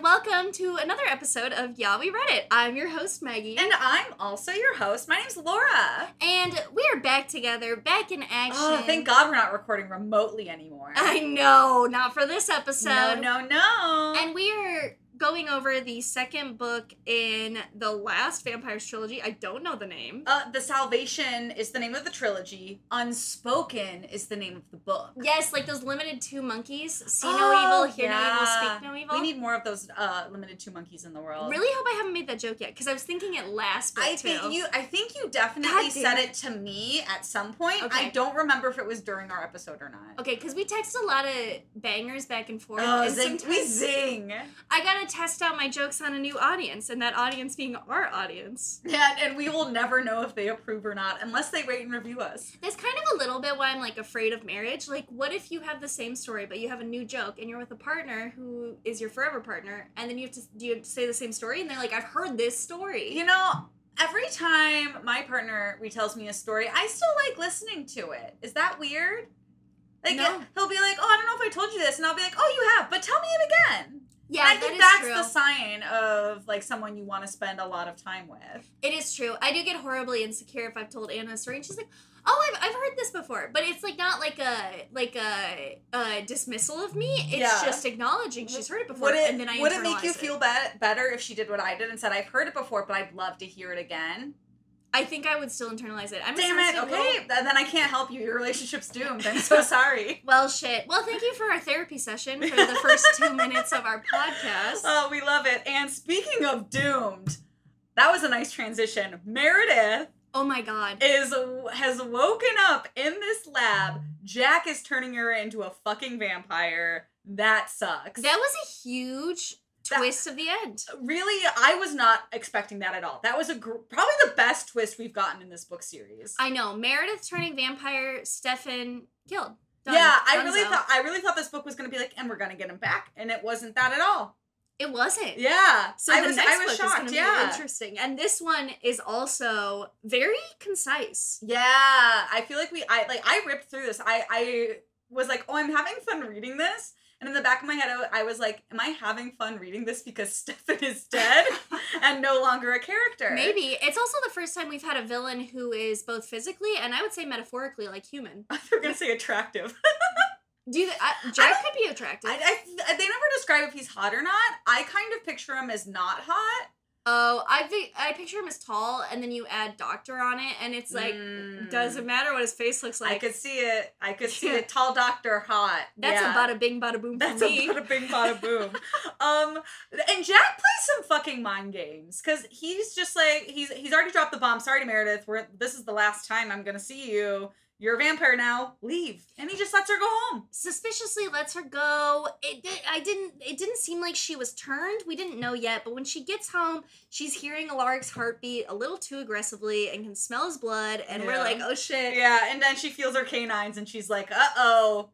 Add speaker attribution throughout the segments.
Speaker 1: welcome to another episode of Yeah We Read It. I'm your host, Maggie.
Speaker 2: And I'm also your host. My name's Laura.
Speaker 1: And we are back together, back in action.
Speaker 2: Oh, thank God we're not recording remotely anymore.
Speaker 1: I know, not for this episode.
Speaker 2: no, no, no.
Speaker 1: And we are going over the second book in the last Vampires trilogy. I don't know the name.
Speaker 2: uh, the Salvation is the name of the trilogy. Unspoken is the name of the book.
Speaker 1: Yes, like those limited two monkeys. See no
Speaker 2: Oh,
Speaker 1: evil, hear
Speaker 2: yeah.
Speaker 1: no evil, speak no evil.
Speaker 2: We need more of those uh, limited two monkeys in the world.
Speaker 1: really hope I haven't made that joke yet, because I was thinking it last book
Speaker 2: I
Speaker 1: too.
Speaker 2: think you. I think you definitely
Speaker 1: God damn
Speaker 2: said
Speaker 1: it.
Speaker 2: it to me at some point.
Speaker 1: Okay.
Speaker 2: I don't remember if it was during our episode or not.
Speaker 1: Okay, because we text a lot of bangers back and forth.
Speaker 2: Oh,
Speaker 1: and
Speaker 2: zing, we
Speaker 1: sometimes-
Speaker 2: zing.
Speaker 1: I gotta test out my jokes on a new audience, and that audience being our audience.
Speaker 2: Yeah, and we will never know if they approve or not unless they rate and review us.
Speaker 1: That's kind of a little bit why I'm like afraid of marriage. Like, what if you have the same story, but you have a new joke, and you're with a partner who is your forever partner, and then you have to do you have to say the same story, and they're like, "I've heard this story."
Speaker 2: You know, every time my partner retells me a story, I still like listening to it. Is that weird? Like
Speaker 1: No.
Speaker 2: he'll be like, "Oh, I don't know if I told you this," and I'll be like, "Oh, you have, but tell me it again."
Speaker 1: yeah,
Speaker 2: and I
Speaker 1: that
Speaker 2: think
Speaker 1: is
Speaker 2: that's
Speaker 1: true.
Speaker 2: the sign of like someone you want to spend a lot of time with.
Speaker 1: It is true. I do get horribly insecure if I've told Anna a story and she's like, "Oh, I've, I've heard this before," but it's like not like a like a, a dismissal of me. It's
Speaker 2: Yeah.
Speaker 1: just acknowledging she's heard it before,
Speaker 2: Would it,
Speaker 1: and then I
Speaker 2: would it make you
Speaker 1: internalize
Speaker 2: feel be- better if she did what I did and said, I've heard it before, but I'd love to hear it again?
Speaker 1: I think I would still internalize it. I'm a
Speaker 2: Damn it.
Speaker 1: sensitive
Speaker 2: Okay.
Speaker 1: little-
Speaker 2: th- Then I can't help you. Your relationship's doomed. I'm so sorry.
Speaker 1: Well, shit. Well, thank you for our therapy session for the first two minutes of our podcast.
Speaker 2: Oh, we love it. And speaking of doomed, that was a nice transition. Meredith
Speaker 1: oh my god.
Speaker 2: is has woken up in this lab. Jack is turning her into a fucking vampire. That sucks.
Speaker 1: That was a huge
Speaker 2: That-
Speaker 1: twist of the end.
Speaker 2: really, I was not expecting that at all. That was a gr- probably the best twist we've gotten in this book series.
Speaker 1: I know. Meredith turning vampire, Stefan killed. Done.
Speaker 2: Yeah, I really
Speaker 1: Dunzo.
Speaker 2: thought I really thought this book was gonna be like, and we're gonna get him back, and it wasn't that at all.
Speaker 1: it wasn't.
Speaker 2: Yeah,
Speaker 1: So
Speaker 2: I
Speaker 1: the
Speaker 2: was
Speaker 1: next
Speaker 2: I was
Speaker 1: book is
Speaker 2: shocked.
Speaker 1: going to
Speaker 2: yeah,
Speaker 1: be interesting, and this one is also very concise.
Speaker 2: yeah. I feel like we I like I ripped through this. I I was like, oh, I'm having fun reading this, and in the back of my head, I, I was like, am I having fun reading this because Stefan is dead and no longer a character?
Speaker 1: Maybe it's also the first time we've had a villain who is both physically and I would say metaphorically like human.
Speaker 2: they're gonna say attractive.
Speaker 1: Do you th- I, Jack could be attractive?
Speaker 2: I, I they never describe if he's hot or not. I kind of picture him as not hot.
Speaker 1: oh, I think I picture him as tall, and then you add doctor on it, and it's like
Speaker 2: Mm.
Speaker 1: doesn't matter what his face looks
Speaker 2: I
Speaker 1: like.
Speaker 2: could see it. I could see
Speaker 1: Yeah.
Speaker 2: it. Tall doctor, hot.
Speaker 1: That's
Speaker 2: yeah.
Speaker 1: a bada bing, bada boom
Speaker 2: That's
Speaker 1: for
Speaker 2: a
Speaker 1: me.
Speaker 2: bada bing, bada boom. um, and Jack plays some fucking mind games because he's just like he's he's already dropped the bomb. Sorry, Meredith. We're this is the last time I'm gonna see you. You're a vampire now. Leave. And he just lets her go home.
Speaker 1: Suspiciously lets her go. It di- I didn't. It didn't seem like she was turned. We didn't know yet, but when she gets home, she's hearing Alaric's heartbeat a little too aggressively and can smell his blood. And we're
Speaker 2: Yeah.
Speaker 1: like, oh shit,
Speaker 2: Yeah. And then she feels her canines and she's like, uh oh,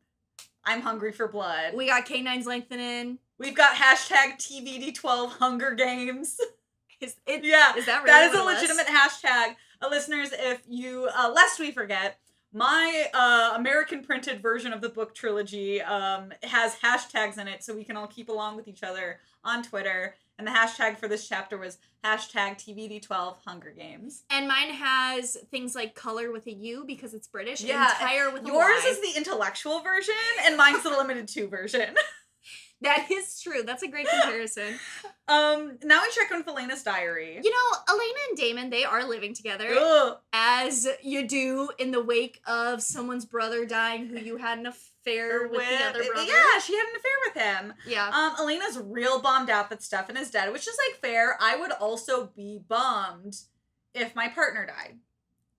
Speaker 2: I'm hungry for blood.
Speaker 1: we got canines lengthening.
Speaker 2: We've got hashtag TVD12 Hunger Games.
Speaker 1: Is it?
Speaker 2: yeah.
Speaker 1: Is that really
Speaker 2: That is a
Speaker 1: what it was?
Speaker 2: legitimate hashtag. Uh, listeners, if you, uh, lest we forget, my uh, American printed version of the book trilogy um, has hashtags in it so we can all keep along with each other on Twitter. And the hashtag for this chapter was hashtag TBD12 Hunger Games.
Speaker 1: And mine has things like color with a U because it's British.
Speaker 2: Yeah,
Speaker 1: and tire with a
Speaker 2: Yours
Speaker 1: Y.
Speaker 2: is the intellectual version, and mine's the limited two version.
Speaker 1: that is true. That's a great comparison.
Speaker 2: Um, now we check on Felena's diary.
Speaker 1: you know, Elena and Damon they are living together.
Speaker 2: Ugh.
Speaker 1: as you do in the wake of someone's brother dying who you had an affair with, the other brother.
Speaker 2: yeah, she had an affair with him.
Speaker 1: Yeah.
Speaker 2: Um, Elena's real bummed out that Stefan is dead, which is like fair. I would also be bummed if my partner died.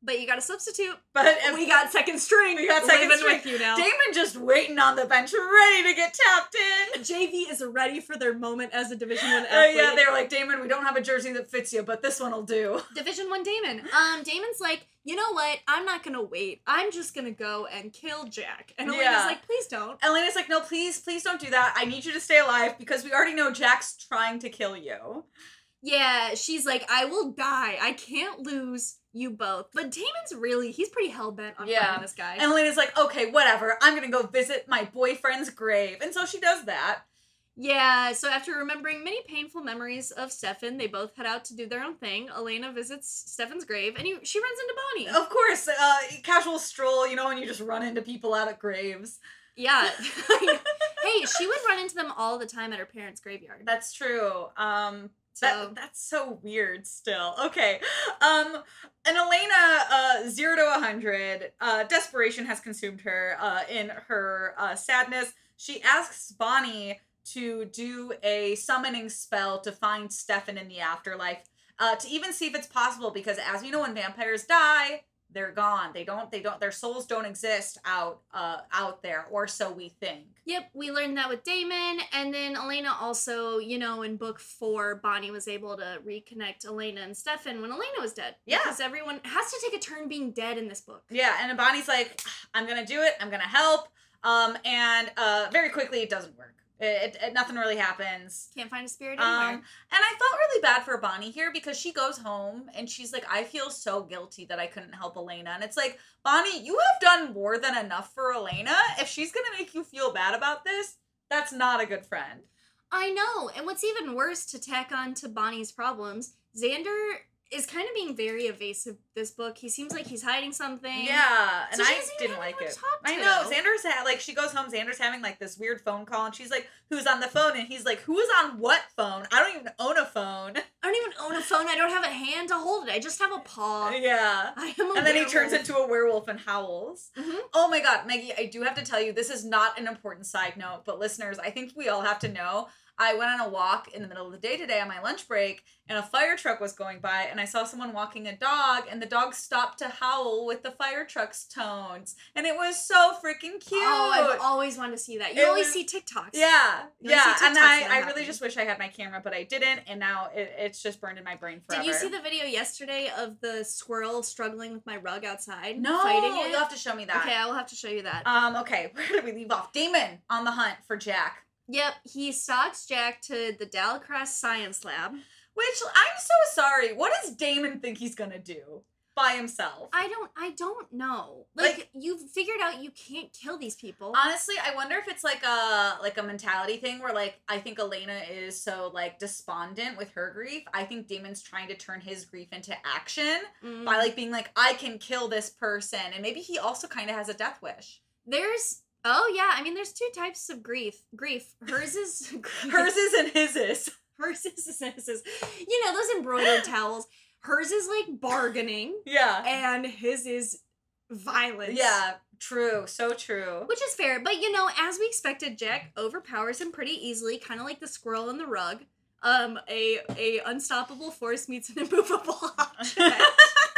Speaker 1: But you got a substitute.
Speaker 2: But
Speaker 1: we got second string.
Speaker 2: We got second
Speaker 1: living
Speaker 2: string.
Speaker 1: with you now.
Speaker 2: Damon just waiting on the bench, ready to get tapped in.
Speaker 1: JV is ready for their moment as a Division One
Speaker 2: Oh
Speaker 1: athlete.
Speaker 2: yeah, they were like, Damon, we don't have a jersey that fits you, but this one'll do.
Speaker 1: Division One Damon. Um, Damon's like, you know what? I'm not gonna wait. I'm just gonna go and kill Jack. And Elena's
Speaker 2: Yeah.
Speaker 1: like, please don't.
Speaker 2: Elena's like, no, please, please don't do that. I need you to stay alive because we already know Jack's trying to kill you.
Speaker 1: Yeah, she's like, I will die. I can't lose you both. But Damon's really, he's pretty hell bent on
Speaker 2: Yeah.
Speaker 1: finding this guy.
Speaker 2: And Elena's like, okay, whatever. I'm gonna go visit my boyfriend's grave, and so she does that.
Speaker 1: Yeah, so after remembering many painful memories of Stefan, they both head out to do their own thing. Elena visits Stefan's grave and he, she runs into Bonnie.
Speaker 2: Of course, uh, casual stroll, you know, when you just run into people out at graves.
Speaker 1: Yeah. hey, she would run into them all the time at her parents' graveyard.
Speaker 2: That's true. Um,
Speaker 1: So-
Speaker 2: that, that's so weird still. Okay. Um, and Elena, uh, zero to 100, uh, desperation has consumed her uh, in her uh, sadness. She asks Bonnie to do a summoning spell to find Stefan in the afterlife. Uh, to even see if it's possible, because as we know, when vampires die, they're gone. They don't. They don't. Their souls don't exist out, uh, out there, or so we think.
Speaker 1: Yep, we learned that with Damon. And then Elena also, you know, in book four, Bonnie was able to reconnect Elena and Stefan when Elena was dead.
Speaker 2: Yeah.
Speaker 1: Because everyone has to take a turn being dead in this book.
Speaker 2: Yeah, and Bonnie's like, I'm gonna do it. I'm gonna help. Um, and uh, very quickly it doesn't work. It, it, it- nothing really happens.
Speaker 1: Can't find a spirit
Speaker 2: Um,
Speaker 1: anywhere.
Speaker 2: and I felt really bad for Bonnie here because she goes home and she's like, I feel so guilty that I couldn't help Elena. And it's like, Bonnie, you have done more than enough for Elena. If she's gonna make you feel bad about this, that's not a good friend.
Speaker 1: I know. And what's even worse to tack on to Bonnie's problems, Xander is kind of being very evasive this book. He seems like he's hiding something.
Speaker 2: Yeah, and
Speaker 1: So she
Speaker 2: I
Speaker 1: doesn't even
Speaker 2: didn't
Speaker 1: have
Speaker 2: like
Speaker 1: anyone
Speaker 2: it.
Speaker 1: to talk
Speaker 2: I
Speaker 1: to.
Speaker 2: know Xander's ha- like she goes home. Xander's having like this weird phone call, and she's like, "Who's on the phone?" And he's like, "Who's on what phone? I don't even own a phone."
Speaker 1: I don't even own a phone. I don't have a hand to hold it. I just have a paw.
Speaker 2: yeah.
Speaker 1: I am a
Speaker 2: And then he
Speaker 1: Oh, werewolf.
Speaker 2: turns into a werewolf and howls.
Speaker 1: Mhm.
Speaker 2: Oh my god, Maggie! I do have to tell you, this is not an important side note, but listeners, I think we all have to know. I went on a walk in the middle of the day today on my lunch break, and a fire truck was going by, and I saw someone walking a dog, and the dog stopped to howl with the fire truck's tones, and it was so freaking cute.
Speaker 1: Oh, I've always wanted to see that. You
Speaker 2: It
Speaker 1: always
Speaker 2: was-
Speaker 1: see TikToks.
Speaker 2: Yeah,
Speaker 1: You'll see
Speaker 2: yeah, and
Speaker 1: TikToks
Speaker 2: I,
Speaker 1: that
Speaker 2: I really
Speaker 1: happen.
Speaker 2: just wish I had my camera, but I didn't, and now it, it's just burned in my brain forever.
Speaker 1: Did you see the video yesterday of the squirrel struggling with my rug outside?
Speaker 2: No,
Speaker 1: Fighting it?
Speaker 2: you'll have to show me that.
Speaker 1: Okay, I will have to show you that.
Speaker 2: Um. Okay, where did we leave off? Damon on the hunt for Jack,
Speaker 1: yep, he stalks Jack to the Dalcross Science Lab.
Speaker 2: which I'm so sorry. What does Damon think he's gonna do by himself?
Speaker 1: I don't I don't know. Like,
Speaker 2: Like-
Speaker 1: you've figured out you can't kill these people.
Speaker 2: Honestly, I wonder if it's like a like a mentality thing where like I think Elena is so like despondent with her grief. I think Damon's trying to turn his grief into action
Speaker 1: Mm.
Speaker 2: by like being like I can kill this person, and maybe he also kind of has a death wish.
Speaker 1: there's oh yeah, I mean there's two types of grief. Grief. Hers is grief.
Speaker 2: Hers is and his is.
Speaker 1: hers is, hers is you know, those embroidered towels. Hers is like bargaining
Speaker 2: Yeah.
Speaker 1: and his is violence.
Speaker 2: Yeah. True. So true.
Speaker 1: Which is fair, but you know, as we expected, Jack overpowers him pretty easily, kind of like the squirrel in the rug. Um, a a unstoppable force meets an immovable object.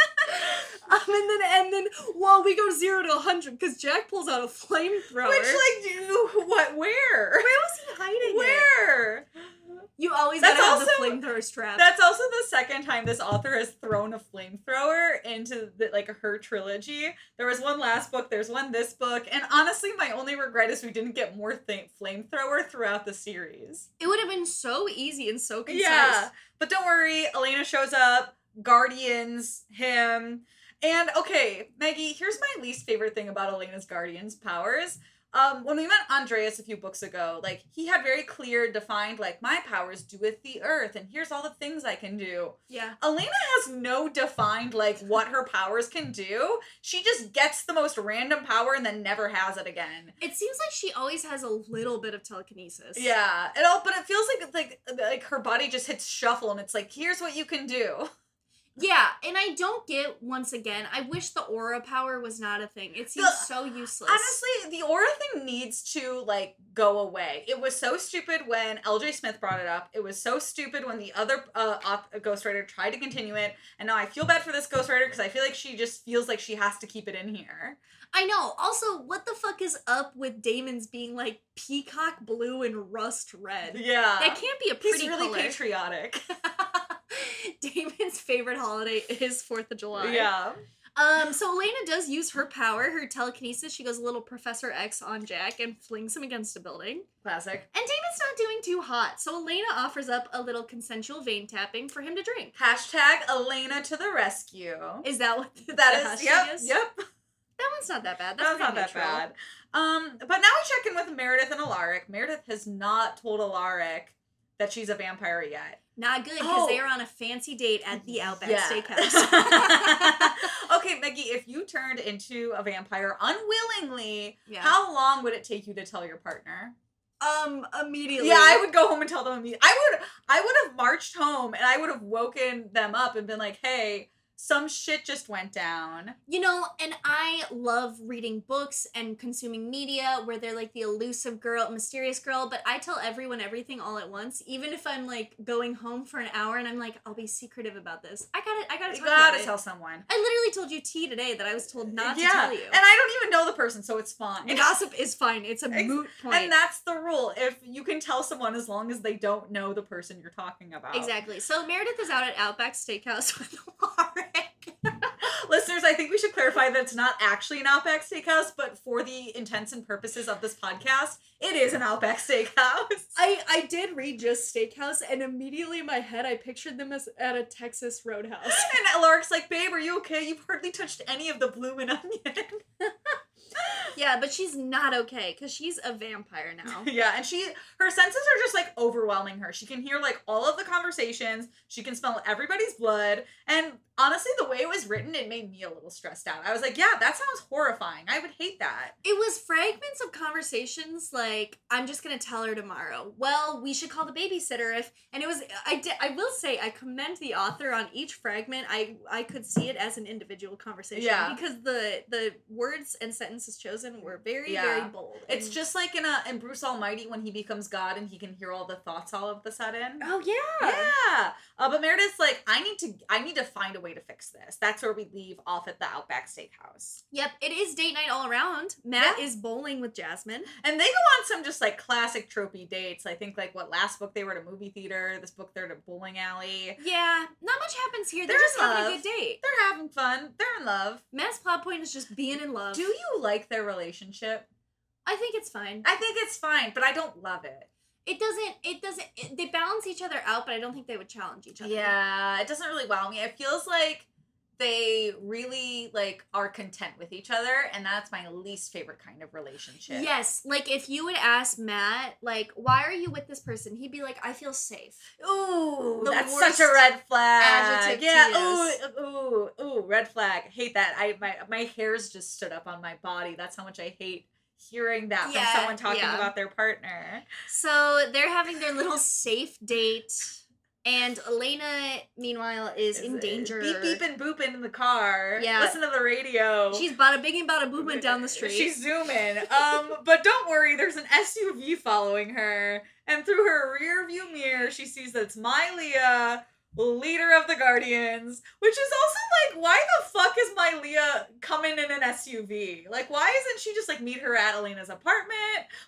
Speaker 1: um, and then and then while we go zero to hundred, because Jack pulls out a flamethrower.
Speaker 2: Which like do what where?
Speaker 1: where was he hiding? it?
Speaker 2: Where?
Speaker 1: You always
Speaker 2: That's
Speaker 1: gotta have the
Speaker 2: also-
Speaker 1: flamethrower strap.
Speaker 2: That's also the second time this author has thrown a flamethrower into the, like her trilogy. There was one last book, there's one this book, and honestly, my only regret is we didn't get more th- flamethrower throughout the series.
Speaker 1: it would have been so easy and so concise.
Speaker 2: Yeah. But don't worry, Elena shows up, Guardians, him. And okay, Maggie, here's my least favorite thing about Elena's Guardians powers. Um, when we met Andreas a few books ago, like he had very clear, defined, like, my powers doeth the earth, and here's all the things I can do.
Speaker 1: Yeah.
Speaker 2: Elena has no defined, like, what her powers can do. She just gets the most random power and then never has it again.
Speaker 1: It seems like she always has a little bit of telekinesis.
Speaker 2: Yeah, it all, oh, but it feels like like like her body just hits shuffle, and it's like, here's what you can do.
Speaker 1: Yeah, and I don't get once again. I wish the aura power was not a thing. It seems
Speaker 2: The-
Speaker 1: so useless.
Speaker 2: Honestly, the aura thing needs to like go away. It was so stupid when L.J. Smith brought it up. It was so stupid when the other uh, auth- ghostwriter tried to continue it, and now I feel bad for this ghostwriter because I feel like she just feels like she has to keep it in here.
Speaker 1: I know. Also, what the fuck is up with Damon's being like peacock blue and rust red?
Speaker 2: Yeah,
Speaker 1: That can't be a pretty
Speaker 2: he's really
Speaker 1: color.
Speaker 2: patriotic.
Speaker 1: Damon's favorite holiday is Fourth of July.
Speaker 2: yeah,
Speaker 1: Um. So Elena does use her power, her telekinesis. She goes a little Professor X on Jack and flings him against a building.
Speaker 2: classic.
Speaker 1: And Damon's not doing too hot, so Elena offers up a little consensual vein tapping for him to drink.
Speaker 2: Hashtag Elena to the rescue.
Speaker 1: Is that what
Speaker 2: That is
Speaker 1: hashtag
Speaker 2: yep, yep.
Speaker 1: That one's not that bad. That's
Speaker 2: That's not that bad. Um, but now we check in with Meredith and Alaric. Meredith has not told Alaric that she's a vampire yet.
Speaker 1: Not good because
Speaker 2: Oh.
Speaker 1: they are on a fancy date at the Outback
Speaker 2: Yeah.
Speaker 1: Steakhouse.
Speaker 2: okay, Mickey, if you turned into a vampire unwillingly,
Speaker 1: yeah.
Speaker 2: how long would it take you to tell your partner?
Speaker 1: Um. Immediately.
Speaker 2: Yeah, I would go home and tell them immediately. I would I would have marched home and I would have woken them up and been like, hey, some shit just went down.
Speaker 1: You know, and I love reading books and consuming media where they're like the elusive girl, mysterious girl, but I tell everyone everything all at once, even if I'm like going home for an hour and I'm like, I'll be secretive about this. I gotta, I gotta
Speaker 2: You
Speaker 1: talk about
Speaker 2: gotta
Speaker 1: it.
Speaker 2: tell someone.
Speaker 1: I literally told you T today that I was told not
Speaker 2: Yeah,
Speaker 1: to tell you.
Speaker 2: And I don't even know the person, so it's fine.
Speaker 1: And gossip is fine. It's a
Speaker 2: Ex-
Speaker 1: moot point.
Speaker 2: And that's the rule. If you can tell someone as long as they don't know the person you're talking about.
Speaker 1: Exactly. So Meredith is out at Outback Steakhouse with Warwick.
Speaker 2: Listeners, I think we should clarify that it's not actually an Outback Steakhouse, but for the intents and purposes of this podcast, it is an Outback Steakhouse.
Speaker 1: I, I did read just Steakhouse, and immediately in my head, I pictured them as at a Texas roadhouse.
Speaker 2: and Alaric's like, babe, are you okay? You've hardly touched any of the bloomin' onion.
Speaker 1: Yeah, but she's not okay because she's a vampire now.
Speaker 2: yeah, and she her senses are just like overwhelming her. She can hear like all of the conversations, she can smell everybody's blood, and honestly, the way it was written, it made me a little stressed out. I was like, yeah, that sounds horrifying. I would hate that.
Speaker 1: it was fragments of conversations like, I'm just going to tell her tomorrow. Well, we should call the babysitter if. And it was, I did, I will say, I commend the author on each fragment. I I could see it as an individual conversation.
Speaker 2: Yeah.
Speaker 1: Because the, the words and sentences chosen were very,
Speaker 2: Yeah.
Speaker 1: very bold.
Speaker 2: It's
Speaker 1: and-
Speaker 2: just like in a in Bruce Almighty when he becomes God and he can hear all the thoughts all of the sudden.
Speaker 1: Oh, yeah.
Speaker 2: Yeah. Uh, but Meredith's like, I need to I need to find a way to fix this. That's where we leave off at the Outback Steakhouse.
Speaker 1: Yep, it is date night all around. Matt is bowling with Jasmine.
Speaker 2: And they go on some just like classic tropey dates. I think like what last book they were at a movie theater, this book they're at a bowling alley.
Speaker 1: Yeah, not much happens here. They're
Speaker 2: They're in
Speaker 1: just having a
Speaker 2: love.
Speaker 1: good date.
Speaker 2: They're having fun. They're in love.
Speaker 1: Matt's plot point is just being in love.
Speaker 2: Do you like their relationship?
Speaker 1: I think it's fine.
Speaker 2: I think it's fine, but I don't love it.
Speaker 1: It doesn't. It doesn't. It, they balance each other out, but I don't think they would challenge each other.
Speaker 2: Yeah, it doesn't really wow me. It feels like they really like are content with each other, and that's my least favorite kind of relationship.
Speaker 1: Yes, like if you would ask Matt, like, why are you with this person? He'd be like, I feel safe.
Speaker 2: Ooh,
Speaker 1: The
Speaker 2: that's
Speaker 1: worst
Speaker 2: such a red flag.
Speaker 1: adjective to
Speaker 2: yeah.
Speaker 1: use.
Speaker 2: Ooh, ooh, ooh, red flag. Hate that. I my my hairs just stood up on my body. That's how much I hate hearing that
Speaker 1: Yeah,
Speaker 2: from someone talking
Speaker 1: yeah.
Speaker 2: about their partner.
Speaker 1: So they're having their little safe date, and Elena, meanwhile, is in danger.
Speaker 2: Beep beep and booping in the car.
Speaker 1: Yeah.
Speaker 2: Listen to the radio.
Speaker 1: She's bada bing and bada booming down the street.
Speaker 2: She's zooming. Um, but don't worry, there's an SUV following her, and through her rear view mirror, she sees that it's Mylea, leader of the Guardians, which is also like, why the fuck is Mylea coming in an SUV? Like, why isn't she just like meet her at Elena's apartment?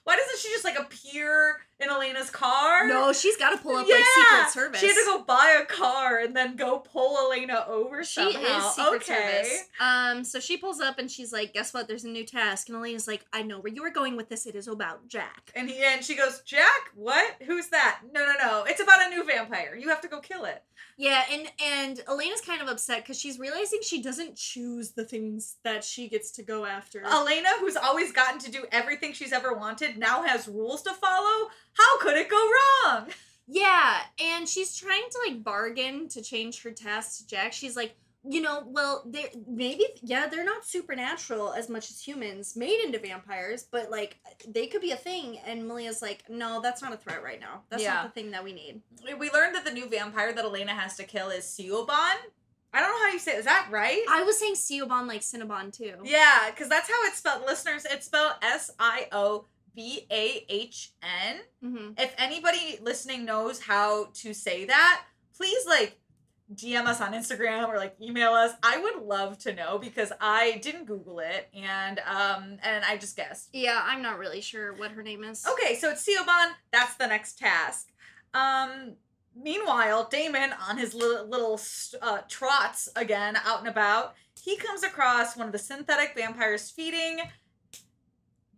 Speaker 2: Why doesn't she just like appear in Elena's car?
Speaker 1: no, she's got to pull up like
Speaker 2: Yeah,
Speaker 1: Secret Service.
Speaker 2: She had to go buy a car and then go pull Elena over
Speaker 1: She
Speaker 2: somehow.
Speaker 1: is Secret
Speaker 2: okay.
Speaker 1: Service. Um, so she pulls up and she's like, "Guess what? There's a new task." And Elena's like, "I know where you are going with this. It is about Jack."
Speaker 2: And he and she goes, Jack, what? Who's that? No, no, no. It's about a new vampire. You have to go kill it.
Speaker 1: Yeah, and and Elena's kind of upset because she's realizing she doesn't choose the things that she gets to go after.
Speaker 2: Elena, who's always gotten to do everything she's ever wanted, now has rules to follow. How could it go wrong?
Speaker 1: Yeah, and she's trying to like bargain to change her task to Jack. She's like, you know, well, they are maybe yeah, they're not supernatural as much as humans made into vampires, but like they could be a thing. And Malia's like, no, that's not a threat right now. That's
Speaker 2: Yeah.
Speaker 1: not the thing that we need.
Speaker 2: We learned that the new vampire that Elena has to kill is Siobhan. I don't know how you say it. Is that right?
Speaker 1: I was saying Ciobon like Cinnabon too.
Speaker 2: yeah, because that's how it's spelled. Listeners, it's spelled S I O B A H N.
Speaker 1: hmm
Speaker 2: if anybody listening knows how to say that, please like DM us on Instagram or like email us. I would love to know because I didn't Google it and um and I just guessed.
Speaker 1: Yeah, I'm not really sure what her name is.
Speaker 2: Okay, so it's Siobhan. That's the next task. Um. Meanwhile, Damon on his little, little uh, trots again out and about, he comes across one of the synthetic vampires feeding.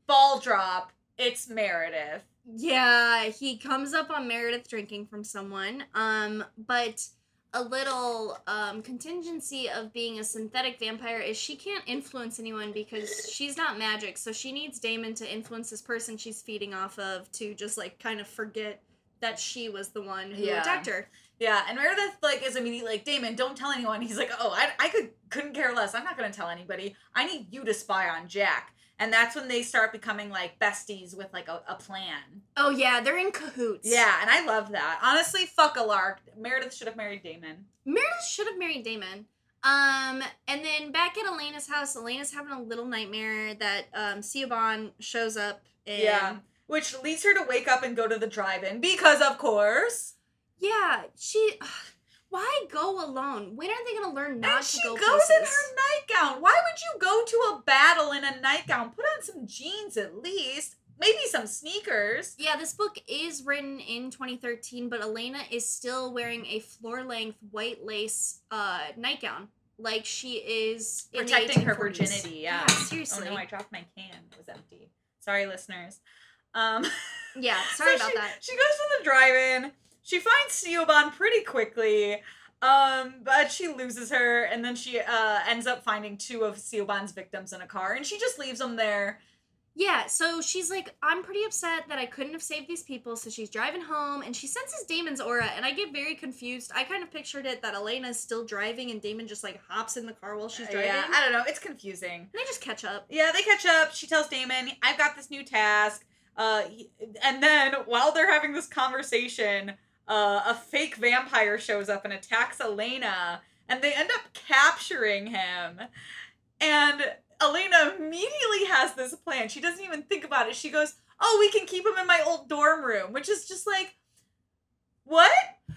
Speaker 2: Ball drop. It's Meredith.
Speaker 1: Yeah, he comes up on Meredith drinking from someone. Um, but a little um, contingency of being a synthetic vampire is she can't influence anyone because she's not magic. So she needs Damon to influence this person she's feeding off of to just like kind of forget that she was the one who
Speaker 2: Yeah.
Speaker 1: attacked her.
Speaker 2: Yeah, and Meredith like is immediately like, Damon, don't tell anyone. He's like, oh, I, I could couldn't care less. I'm not gonna tell anybody. I need you to spy on Jack. And that's when they start becoming like besties with like a, a plan.
Speaker 1: Oh yeah, they're in cahoots.
Speaker 2: Yeah, and I love that. Honestly, fuck a lark. Meredith should have married Damon.
Speaker 1: Meredith should have married Damon. Um, and then back at Elena's house, Elena's having a little nightmare that um Siobhan shows up and
Speaker 2: Yeah. Which leads her to wake up and go to the drive-in because of course.
Speaker 1: Yeah, she why go alone? When are they gonna learn not
Speaker 2: and
Speaker 1: to
Speaker 2: she
Speaker 1: go
Speaker 2: goes in
Speaker 1: places?
Speaker 2: her nightgown. Why would you go to a battle in a nightgown? Put on some jeans at least, maybe some sneakers.
Speaker 1: Yeah, this book is written in 2013, but Elena is still wearing a floor length white lace uh, nightgown. Like she is in the
Speaker 2: Protecting her
Speaker 1: 1840s.
Speaker 2: virginity, yeah. Oh
Speaker 1: seriously.
Speaker 2: no, I dropped my can. It was empty. Sorry, listeners. Um,
Speaker 1: Yeah, sorry
Speaker 2: so
Speaker 1: about
Speaker 2: she,
Speaker 1: that.
Speaker 2: She goes to the drive-in. She finds Siobhan pretty quickly, um, but she loses her, and then she uh, ends up finding two of Siobhan's victims in a car, and she just leaves them there.
Speaker 1: Yeah, so she's like, I'm pretty upset that I couldn't have saved these people. So she's driving home and she senses Damon's aura, and I get very confused. I kind of pictured it that Elena's still driving and Damon just like hops in the car while she's driving.
Speaker 2: Yeah,
Speaker 1: And
Speaker 2: I don't know. It's confusing.
Speaker 1: they just catch up.
Speaker 2: Yeah, they catch up. She tells Damon, I've got this new task. Uh, he- and then while they're having this conversation, uh, a fake vampire shows up and attacks Elena, and they end up capturing him. And Elena immediately has this plan. She doesn't even think about it. She goes, Oh, we can keep him in my old dorm room, which is just like, What?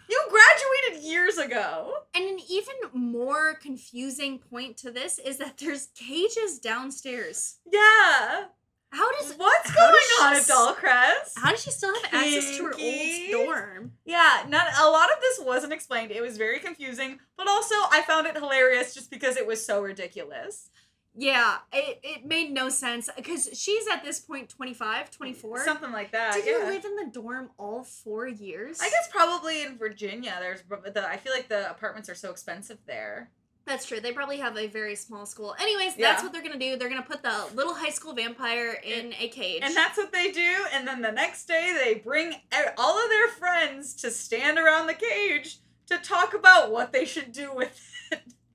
Speaker 2: You graduated years ago.
Speaker 1: And an even more confusing point to this is that there's cages downstairs.
Speaker 2: Yeah.
Speaker 1: How does
Speaker 2: What's
Speaker 1: how
Speaker 2: going
Speaker 1: does she
Speaker 2: on at
Speaker 1: s-
Speaker 2: Dollcrest?
Speaker 1: how does she still have access to her old
Speaker 2: Kinky.
Speaker 1: dorm?
Speaker 2: Yeah, not a lot of this wasn't explained. It was very confusing, but also I found it hilarious just because it was so ridiculous.
Speaker 1: Yeah, it, it made no sense because she's at this point 25, 24.
Speaker 2: Something like that.
Speaker 1: Did
Speaker 2: yeah.
Speaker 1: you live in the dorm all four years?
Speaker 2: I guess probably in Virginia. There's the I feel like the apartments are so expensive there.
Speaker 1: That's true. They probably have a very small school. Anyways, that's
Speaker 2: Yeah.
Speaker 1: what they're gonna do. They're gonna put the little high school vampire in a cage.
Speaker 2: And that's what they do. And then the next day they bring e- all of their friends to stand around the cage to talk about what they should do with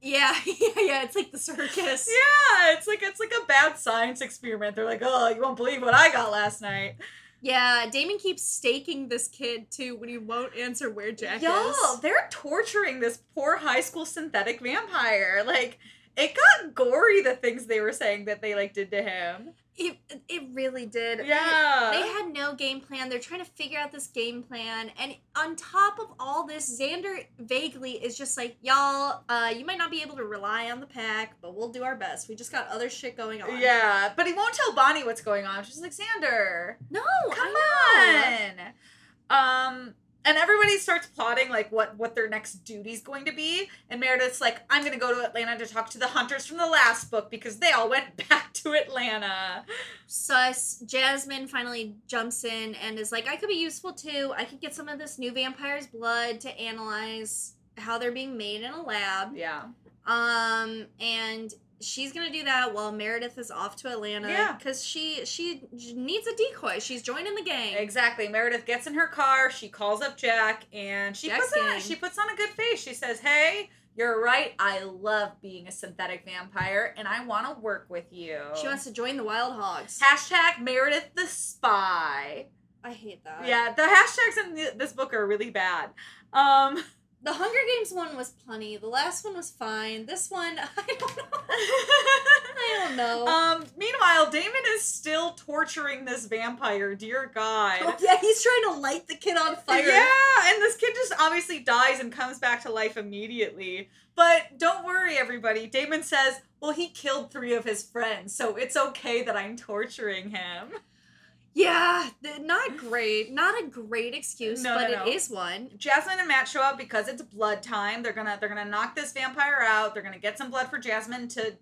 Speaker 1: yeah, yeah, yeah. It's like the circus.
Speaker 2: Yeah, it's like it's like a bad science experiment. They're like, "Oh, you won't believe what I got last night."
Speaker 1: Yeah, Damon keeps staking this kid too when he won't answer where Jack
Speaker 2: Y'all,
Speaker 1: is.
Speaker 2: they're torturing this poor high school synthetic vampire. Like, it got gory the things they were saying that they like did to him.
Speaker 1: It it really did.
Speaker 2: Yeah.
Speaker 1: They had no game plan. They're trying to figure out this game plan. And on top of all this, Xander vaguely is just like, y'all, uh, you might not be able to rely on the pack, but we'll do our best. We just got other shit going on.
Speaker 2: yeah, but he won't tell Bonnie what's going on. She's like, Xander,
Speaker 1: No,
Speaker 2: come
Speaker 1: I know.
Speaker 2: on. Um, and everybody starts plotting like what what their next duty's going to be. And Meredith's like, I'm gonna go to Atlanta to talk to the hunters from the last book because they all went back to Atlanta.
Speaker 1: sus jasmine finally jumps in and is like i could be useful too i could get some of this new vampire's blood to analyze how they're being made in a lab
Speaker 2: Yeah.
Speaker 1: um and she's gonna do that while meredith is off to atlanta
Speaker 2: Yeah.
Speaker 1: because she she j- needs a decoy she's joining the gang
Speaker 2: Exactly. Meredith gets in her car. She calls up Jack, and she
Speaker 1: Jack's
Speaker 2: puts on
Speaker 1: game.
Speaker 2: she puts on a good face. She says, "Hey, you're right. I love being a synthetic vampire, and I want to work with you."
Speaker 1: she wants to join the wild hogs
Speaker 2: hashtag Meredith the spy.
Speaker 1: i hate that
Speaker 2: yeah, the hashtags in th- this book are really bad. Um,
Speaker 1: the hunger games one was punny the last one was fine this one i don't know
Speaker 2: I
Speaker 1: don't know.
Speaker 2: Um, meanwhile, Damon is still torturing this vampire. Dear God.
Speaker 1: oh, yeah he's trying to light the kid on fire
Speaker 2: Yeah, and this kid just obviously dies and comes back to life immediately. But don't worry, everybody. Damon says, well, he killed three of his friends, so it's okay that I'm torturing him.
Speaker 1: Yeah, th- not great. Not a great excuse,
Speaker 2: No,
Speaker 1: but
Speaker 2: no, no.
Speaker 1: it is one.
Speaker 2: Jasmine and Matt show up because it's blood time. They're gonna they're gonna knock this vampire out. They're gonna get some blood for Jasmine to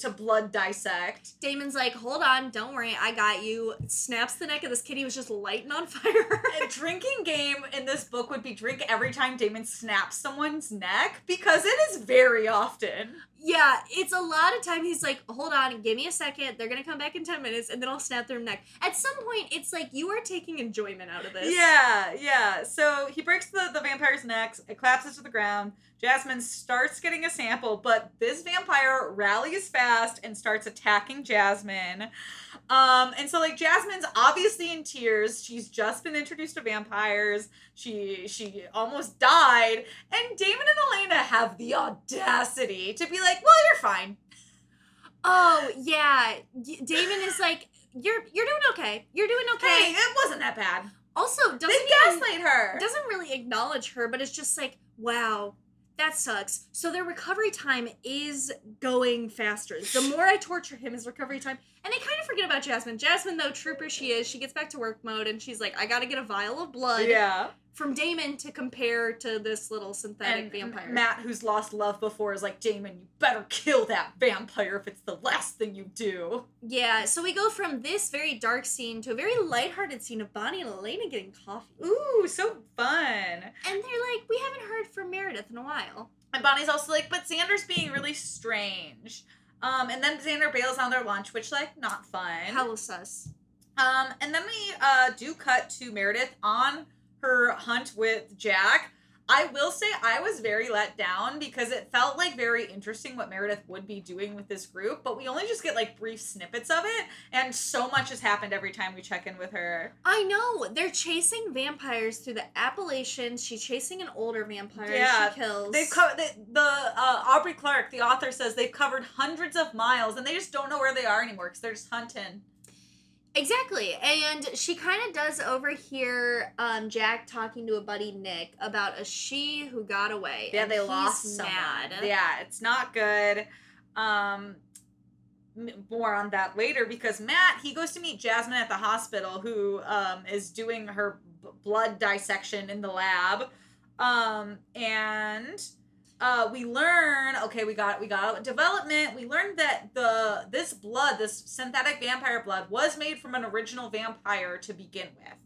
Speaker 2: to blood dissect.
Speaker 1: Damon's like, hold on, don't worry, I got you. Snaps the neck of this kid he was just lighting on fire.
Speaker 2: A drinking game in this book would be drink every time Damon snaps someone's neck because it is very often.
Speaker 1: yeah, it's a lot of time he's like, hold on, give me a second. They're going to come back in 10 minutes and then I'll snap their neck. At some point, it's like, you are taking enjoyment out of this.
Speaker 2: Yeah, yeah. So he breaks the, the vampire's necks, it collapses to the ground. Jasmine starts getting a sample, but this vampire rallies fast and starts attacking Jasmine. Um, and so like Jasmine's obviously in tears. She's just been introduced to vampires. She she almost died. And Damon and Elena have the audacity to be like, well, you're fine.
Speaker 1: Oh, yeah. D- Damon is like, you're you're doing okay. You're doing okay.
Speaker 2: Hey, it wasn't that bad.
Speaker 1: Also, doesn't
Speaker 2: They
Speaker 1: even-
Speaker 2: gaslight her.
Speaker 1: doesn't really acknowledge her, but it's just like, wow, that sucks. So their recovery time is going faster. The more I torture him, his recovery time. And they kind of forget about Jasmine. Jasmine, though, trooper she is, she gets back to work mode and she's like, I gotta get a vial of blood
Speaker 2: Yeah.
Speaker 1: from Damon to compare to this little synthetic
Speaker 2: and
Speaker 1: vampire.
Speaker 2: Matt, who's lost love before, is like, Damon, you better kill that vampire if it's the last thing you do.
Speaker 1: yeah, so we go from this very dark scene to a very lighthearted scene of Bonnie and Elena getting coffee.
Speaker 2: Ooh, so fun.
Speaker 1: And they're like, we haven't heard from Meredith in a while.
Speaker 2: And Bonnie's also like, but Xander's being really strange. Um, and then Xander bails on their lunch, which like not fun.
Speaker 1: Hella sus.
Speaker 2: Um, and then we uh, do cut to Meredith on her hunt with Jack. I will say I was very let down because it felt like very interesting what Meredith would be doing with this group, but we only just get like brief snippets of it, and so much has happened every time we check in with her.
Speaker 1: I know they're chasing vampires through the Appalachians. She's chasing an older vampire.
Speaker 2: Yeah,
Speaker 1: she kills.
Speaker 2: They've co- they, the uh, Aubrey Clark, the author, says they've covered hundreds of miles, and they just don't know where they are anymore because they're just hunting.
Speaker 1: exactly, and she kind of does overhear um, Jack talking to a buddy Nick about a she who got away.
Speaker 2: Yeah,
Speaker 1: and
Speaker 2: they
Speaker 1: he's
Speaker 2: lost someone. Yeah, it's not good. Um, m- more on that later because Matt he goes to meet Jasmine at the hospital, who um is doing her b- blood dissection in the lab, um and. Uh, we learn okay we got we got development we learned that the this blood this synthetic vampire blood was made from an original vampire to begin with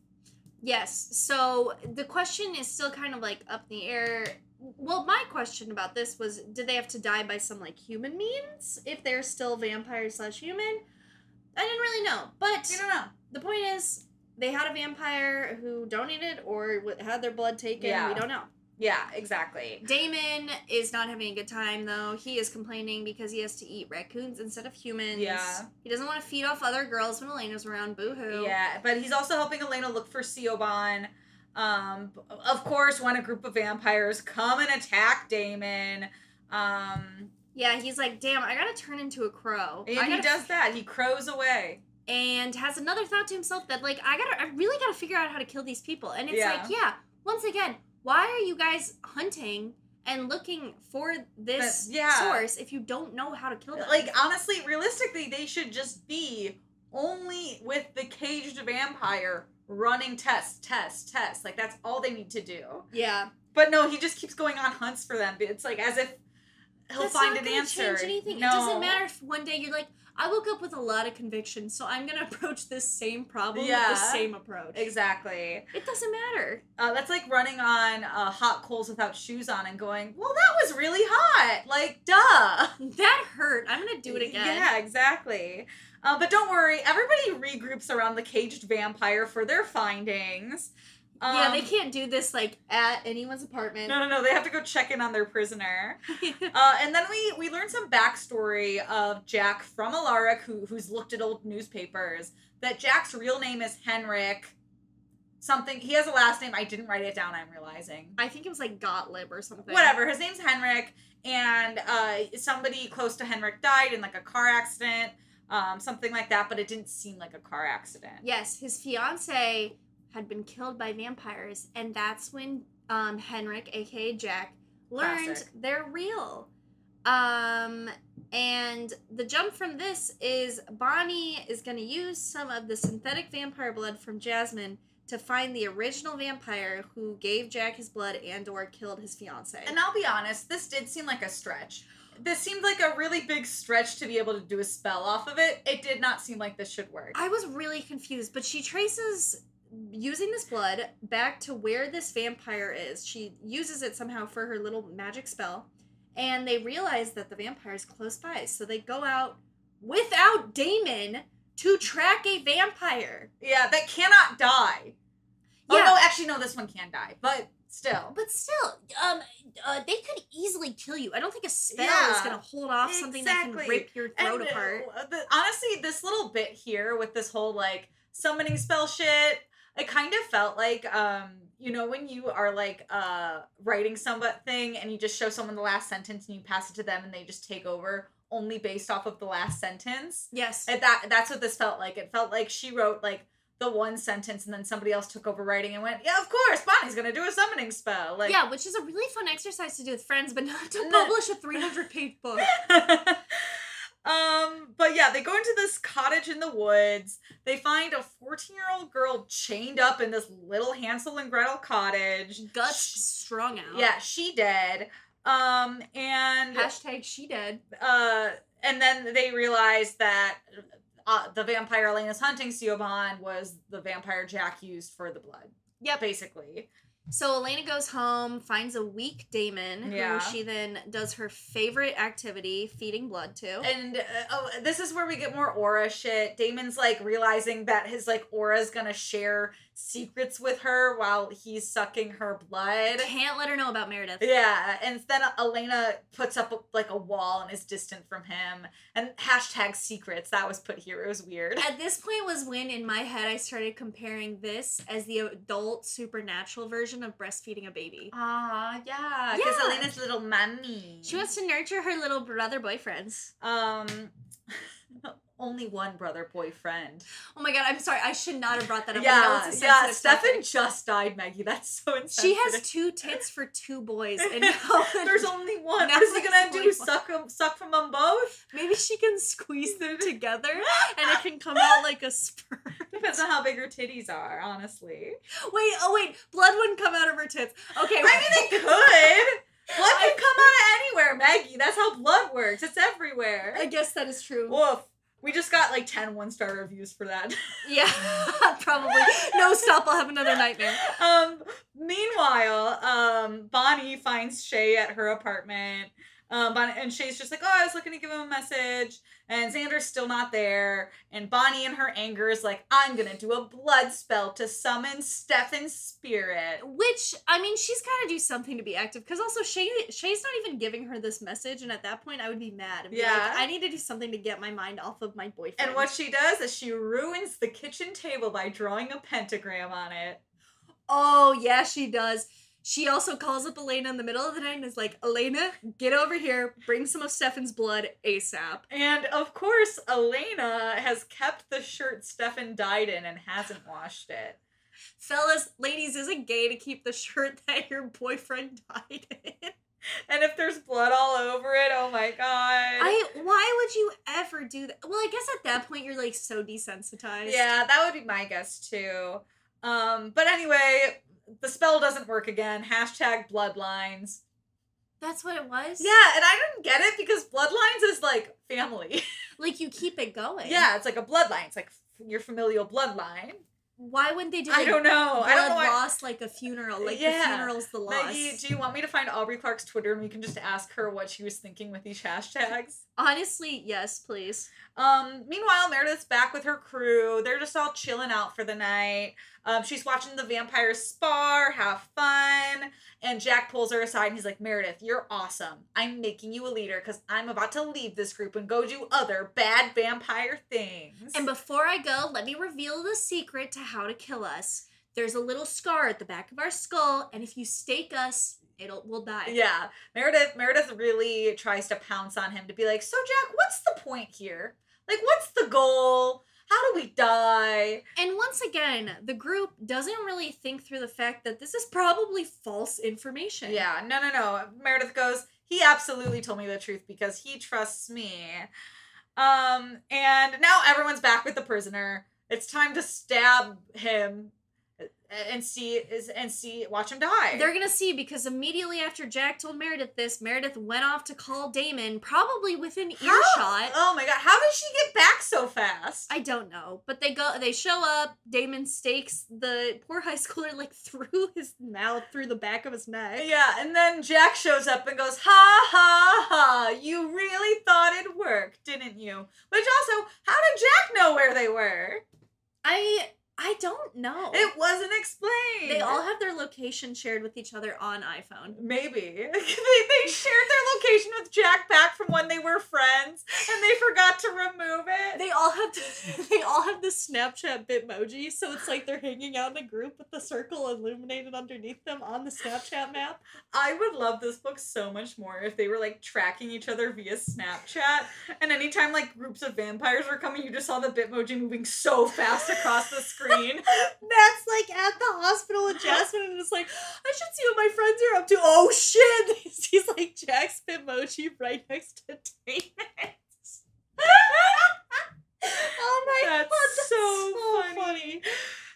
Speaker 1: Yes. So the question is still kind of like up in the air. Well, my question about this was: Did they have to die by some like human means if they're still vampire slash human? I didn't really know, but
Speaker 2: we don't know
Speaker 1: the point is they had a vampire who donated or w- had their blood taken
Speaker 2: Yeah.
Speaker 1: we don't know
Speaker 2: yeah exactly
Speaker 1: damon is not having a good time though he is complaining because he has to eat raccoons instead of humans
Speaker 2: Yeah.
Speaker 1: he doesn't want to feed off other girls when elena's around boo-hoo
Speaker 2: Yeah, but he's also helping Elena look for Siobhan. Um, of course, when a group of vampires come and attack Damon, um,
Speaker 1: yeah he's like damn i gotta turn into a crow I
Speaker 2: and he
Speaker 1: gotta-
Speaker 2: does that. He crows away.
Speaker 1: and has another thought to himself that like i gotta i really gotta figure out how to kill these people and it's
Speaker 2: Yeah.
Speaker 1: like yeah once again why are you guys hunting and looking for this
Speaker 2: But- yeah.
Speaker 1: source if you don't know how to kill them
Speaker 2: Like honestly, realistically, they should just be only with the caged vampire running test, test, test. Like that's all they need to do.
Speaker 1: yeah
Speaker 2: But no, he just keeps going on hunts for them. It's like as if he'll
Speaker 1: That's
Speaker 2: find
Speaker 1: not
Speaker 2: an
Speaker 1: gonna
Speaker 2: answer.
Speaker 1: Change anything.
Speaker 2: No.
Speaker 1: It doesn't matter if one day you're like, I woke up with a lot of conviction, so I'm gonna approach this same problem
Speaker 2: Yeah.
Speaker 1: with the same approach.
Speaker 2: Exactly.
Speaker 1: It doesn't matter.
Speaker 2: Uh, that's like running on uh, hot coals without shoes on and going, well, that was really hot. Like, duh.
Speaker 1: That hurt. I'm gonna do it again.
Speaker 2: Yeah, exactly. Uh, but don't worry, everybody regroups around the caged vampire for their findings. Um,
Speaker 1: yeah, they can't do this like at anyone's apartment.
Speaker 2: No, no, no. They have to go check in on their prisoner. Uh, and then we we learn some backstory of Jack from Alaric, who who's looked at old newspapers. That Jack's real name is Henrik. Something he has a last name. I didn't write it down. I'm realizing.
Speaker 1: I think it was like Gottlieb or something.
Speaker 2: whatever his name's henrik and uh, somebody close to henrik died in like a car accident um, something like that but it didn't seem like a car accident
Speaker 1: Yes, his fiance had been killed by vampires, and that's when um, Henrik, aka Jack, learned
Speaker 2: Classic.
Speaker 1: they're real. Um, And the jump from this is Bonnie is going to use some of the synthetic vampire blood from Jasmine to find the original vampire who gave Jack his blood and or killed his fiance.
Speaker 2: And I'll be honest, this did seem like a stretch. This seemed like a really big stretch to be able to do a spell off of it. It did not seem like this should work.
Speaker 1: I was really confused, but she traces using this blood back to where this vampire is. She uses it somehow for her little magic spell, and they realize that the vampire is close by. So they go out without Damon to track a vampire.
Speaker 2: Yeah, that cannot die. Oh
Speaker 1: Yeah.
Speaker 2: no, actually no, this one can die, but still.
Speaker 1: But still, um, uh, they could easily kill you. I don't think a spell is
Speaker 2: Yeah.
Speaker 1: going to hold off something that can
Speaker 2: Exactly.
Speaker 1: rip your throat
Speaker 2: And, uh,
Speaker 1: apart.
Speaker 2: the- honestly, this little bit here with this whole like summoning spell shit, it kind of felt like um, you know, when you are like uh writing something and you just show someone the last sentence and you pass it to them and they just take over only based off of the last sentence.
Speaker 1: Yes.
Speaker 2: And that that's what this felt like. It felt like she wrote like the one sentence and then somebody else took over writing and went, Yeah, of course, Bonnie's gonna do a summoning spell. Like
Speaker 1: yeah, which is a really fun exercise to do with friends, but not to
Speaker 2: No.
Speaker 1: publish a 300 page book.
Speaker 2: um, but yeah, they go into this cottage in the woods. They find a 14 year old girl chained up in this little Hansel and Gretel cottage.
Speaker 1: Guts
Speaker 2: Sh-
Speaker 1: strung out.
Speaker 2: Yeah, she dead. Um, and
Speaker 1: Hashtag she dead.
Speaker 2: uh, and then they realize that uh, the vampire Elena's hunting Siobhan was the vampire Jack used for the blood.
Speaker 1: Yep.
Speaker 2: basically.
Speaker 1: So Elena goes home, finds a weak Damon,
Speaker 2: Yeah.
Speaker 1: who she then does her favorite activity, feeding blood to.
Speaker 2: And uh, oh, this is where we get more aura shit. Damon's like realizing that his like aura's gonna share secrets with her while he's sucking her blood.
Speaker 1: Can't let her know about Meredith.
Speaker 2: Yeah, and then Elena puts up like a wall and is distant from him. And hashtag secrets that was put here. It was weird.
Speaker 1: At this point was when in my head I started comparing this as the adult supernatural version of breastfeeding a baby.
Speaker 2: Ah, yeah, because
Speaker 1: Yeah.
Speaker 2: Elena's little mummy.
Speaker 1: She wants to nurture her little brother boyfriends.
Speaker 2: um only one brother boyfriend.
Speaker 1: Oh my god, I'm sorry. I should not have brought that up. I know
Speaker 2: yeah,
Speaker 1: it's a
Speaker 2: yeah.
Speaker 1: sensitive
Speaker 2: Stefan
Speaker 1: topic.
Speaker 2: just died, Maggie. That's so insensitive.
Speaker 1: She has two tits for two boys, and now
Speaker 2: There's only one.
Speaker 1: Now
Speaker 2: What is he
Speaker 1: there's
Speaker 2: gonna
Speaker 1: only
Speaker 2: do?
Speaker 1: one.
Speaker 2: Suck him, suck from them both?
Speaker 1: maybe she can squeeze them together, and it can come out like a spur.
Speaker 2: Depends on how big her titties are, honestly.
Speaker 1: Wait, oh wait, blood wouldn't come out of her tits. Okay,
Speaker 2: I mean, they could. Blood can come out of anywhere, Maggie. That's how blood works. It's everywhere.
Speaker 1: I guess that is true.
Speaker 2: Woof. We just got like 10 one star reviews for that.
Speaker 1: yeah, probably. No, stop. I'll have another nightmare.
Speaker 2: um, meanwhile, um, Bonnie finds Shay at her apartment. Um, Bonnie, and Shay's just like, oh, I was looking to give him a message. And Xander's still not there. And Bonnie, in her anger, is like, I'm going to do a blood spell to summon Stefan's spirit.
Speaker 1: Which I mean, she's got to do something to be active, because also Shay Shay's not even giving her this message, and at that point, I would be mad. And be
Speaker 2: Yeah.
Speaker 1: like, I need to do something to get my mind off of my boyfriend.
Speaker 2: And what she does is she ruins the kitchen table by drawing a pentagram on it.
Speaker 1: Oh, yeah, she does. She also calls up Elena in the middle of the night and is like, Elena, get over here, bring some of Stefan's blood ASAP.
Speaker 2: And of course, Elena has kept the shirt Stefan died in and hasn't washed it.
Speaker 1: Fellas, ladies, is it gay to keep the shirt that your boyfriend died in?
Speaker 2: And if there's blood all over it, oh my god.
Speaker 1: I why would you ever do that? Well, I guess at that point you're like so desensitized.
Speaker 2: yeah, that would be my guess too. Um, but anyway, the spell doesn't work again. Hashtag bloodlines.
Speaker 1: That's what it was.
Speaker 2: Yeah, and I didn't get it because bloodlines is like family.
Speaker 1: Like you keep it going.
Speaker 2: yeah, it's like a bloodline. It's like f- your familial bloodline.
Speaker 1: Why wouldn't they do
Speaker 2: I
Speaker 1: like,
Speaker 2: don't know.
Speaker 1: blood
Speaker 2: I don't know. why-
Speaker 1: loss like a funeral? Like the
Speaker 2: Yeah.
Speaker 1: funeral's the loss.
Speaker 2: Maggie, do you want me to find Aubrey Clark's Twitter and we can just ask her what she was thinking with these hashtags?
Speaker 1: Honestly, yes, please.
Speaker 2: Um, meanwhile, Meredith's back with her crew. They're just all chilling out for the night. Um, she's watching the vampire spar, have fun. And Jack pulls her aside and he's like, Meredith, you're awesome. I'm making you a leader because I'm about to leave this group and go do other bad vampire things.
Speaker 1: And before I go, let me reveal the secret to how to kill us. There's a little scar at the back of our skull, and if you stake us, it'll we'll die.
Speaker 2: yeah, Meredith Meredith really tries to pounce on him to be like, so Jack, what's the point here? Like, what's the goal? How do we die?
Speaker 1: And once again, the group doesn't really think through the fact that this is probably false information.
Speaker 2: Yeah, no, no, no. Meredith goes, He absolutely told me the truth because he trusts me. Um, and now everyone's back with the prisoner. It's time to stab him uh, and see is and see watch him die.
Speaker 1: They're gonna see because immediately after Jack told Meredith this, Meredith went off to call Damon, probably within earshot.
Speaker 2: How- Oh my god, how did she get back so fast?
Speaker 1: I don't know, but they go. They show up. Damon stakes the poor high schooler like through his mouth, through the back of his neck.
Speaker 2: Yeah, and then Jack shows up and goes, ha ha ha, you really thought it worked, didn't you? Which also, how did Jack know where they were?
Speaker 1: I I don't know.
Speaker 2: It wasn't explained.
Speaker 1: Oh. they all have their location shared with each other on iPhone.
Speaker 2: Maybe. they, they shared their location with Jack back from when they were friends and they forgot to remove it.
Speaker 1: They all have the, they all have the Snapchat Bitmoji, so it's like they're hanging out in a group with the circle illuminated underneath them on the Snapchat map.
Speaker 2: I would love this book so much more if they were like tracking each other via Snapchat. And anytime like groups of vampires were coming, you just saw the Bitmoji moving so fast across the screen.
Speaker 1: That's like at the hospital with Jasmine, and it's like, I should see what my friends are up to. Oh shit! He's like Jack's Bitmoji right next to Damon's. oh my
Speaker 2: That's
Speaker 1: god, that's
Speaker 2: so
Speaker 1: funny.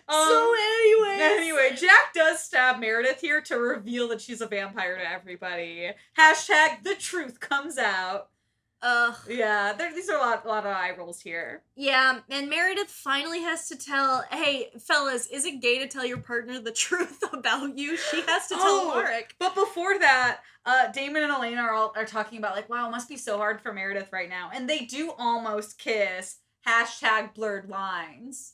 Speaker 2: Um,
Speaker 1: so, anyways.
Speaker 2: Anyway, Jack does stab Meredith here to reveal that she's a vampire to everybody. Hashtag the truth comes out.
Speaker 1: Ugh.
Speaker 2: Yeah, there, these are a lot, a lot of eye rolls here.
Speaker 1: Yeah, and Meredith finally has to tell, hey, fellas, is it gay to tell your partner the truth about you? She has to tell
Speaker 2: Oh.
Speaker 1: Warwick.
Speaker 2: But before that, uh, Damon and Elena are all, are talking about like, wow, it must be so hard for Meredith right now, and they do almost kiss. Hashtag blurred lines.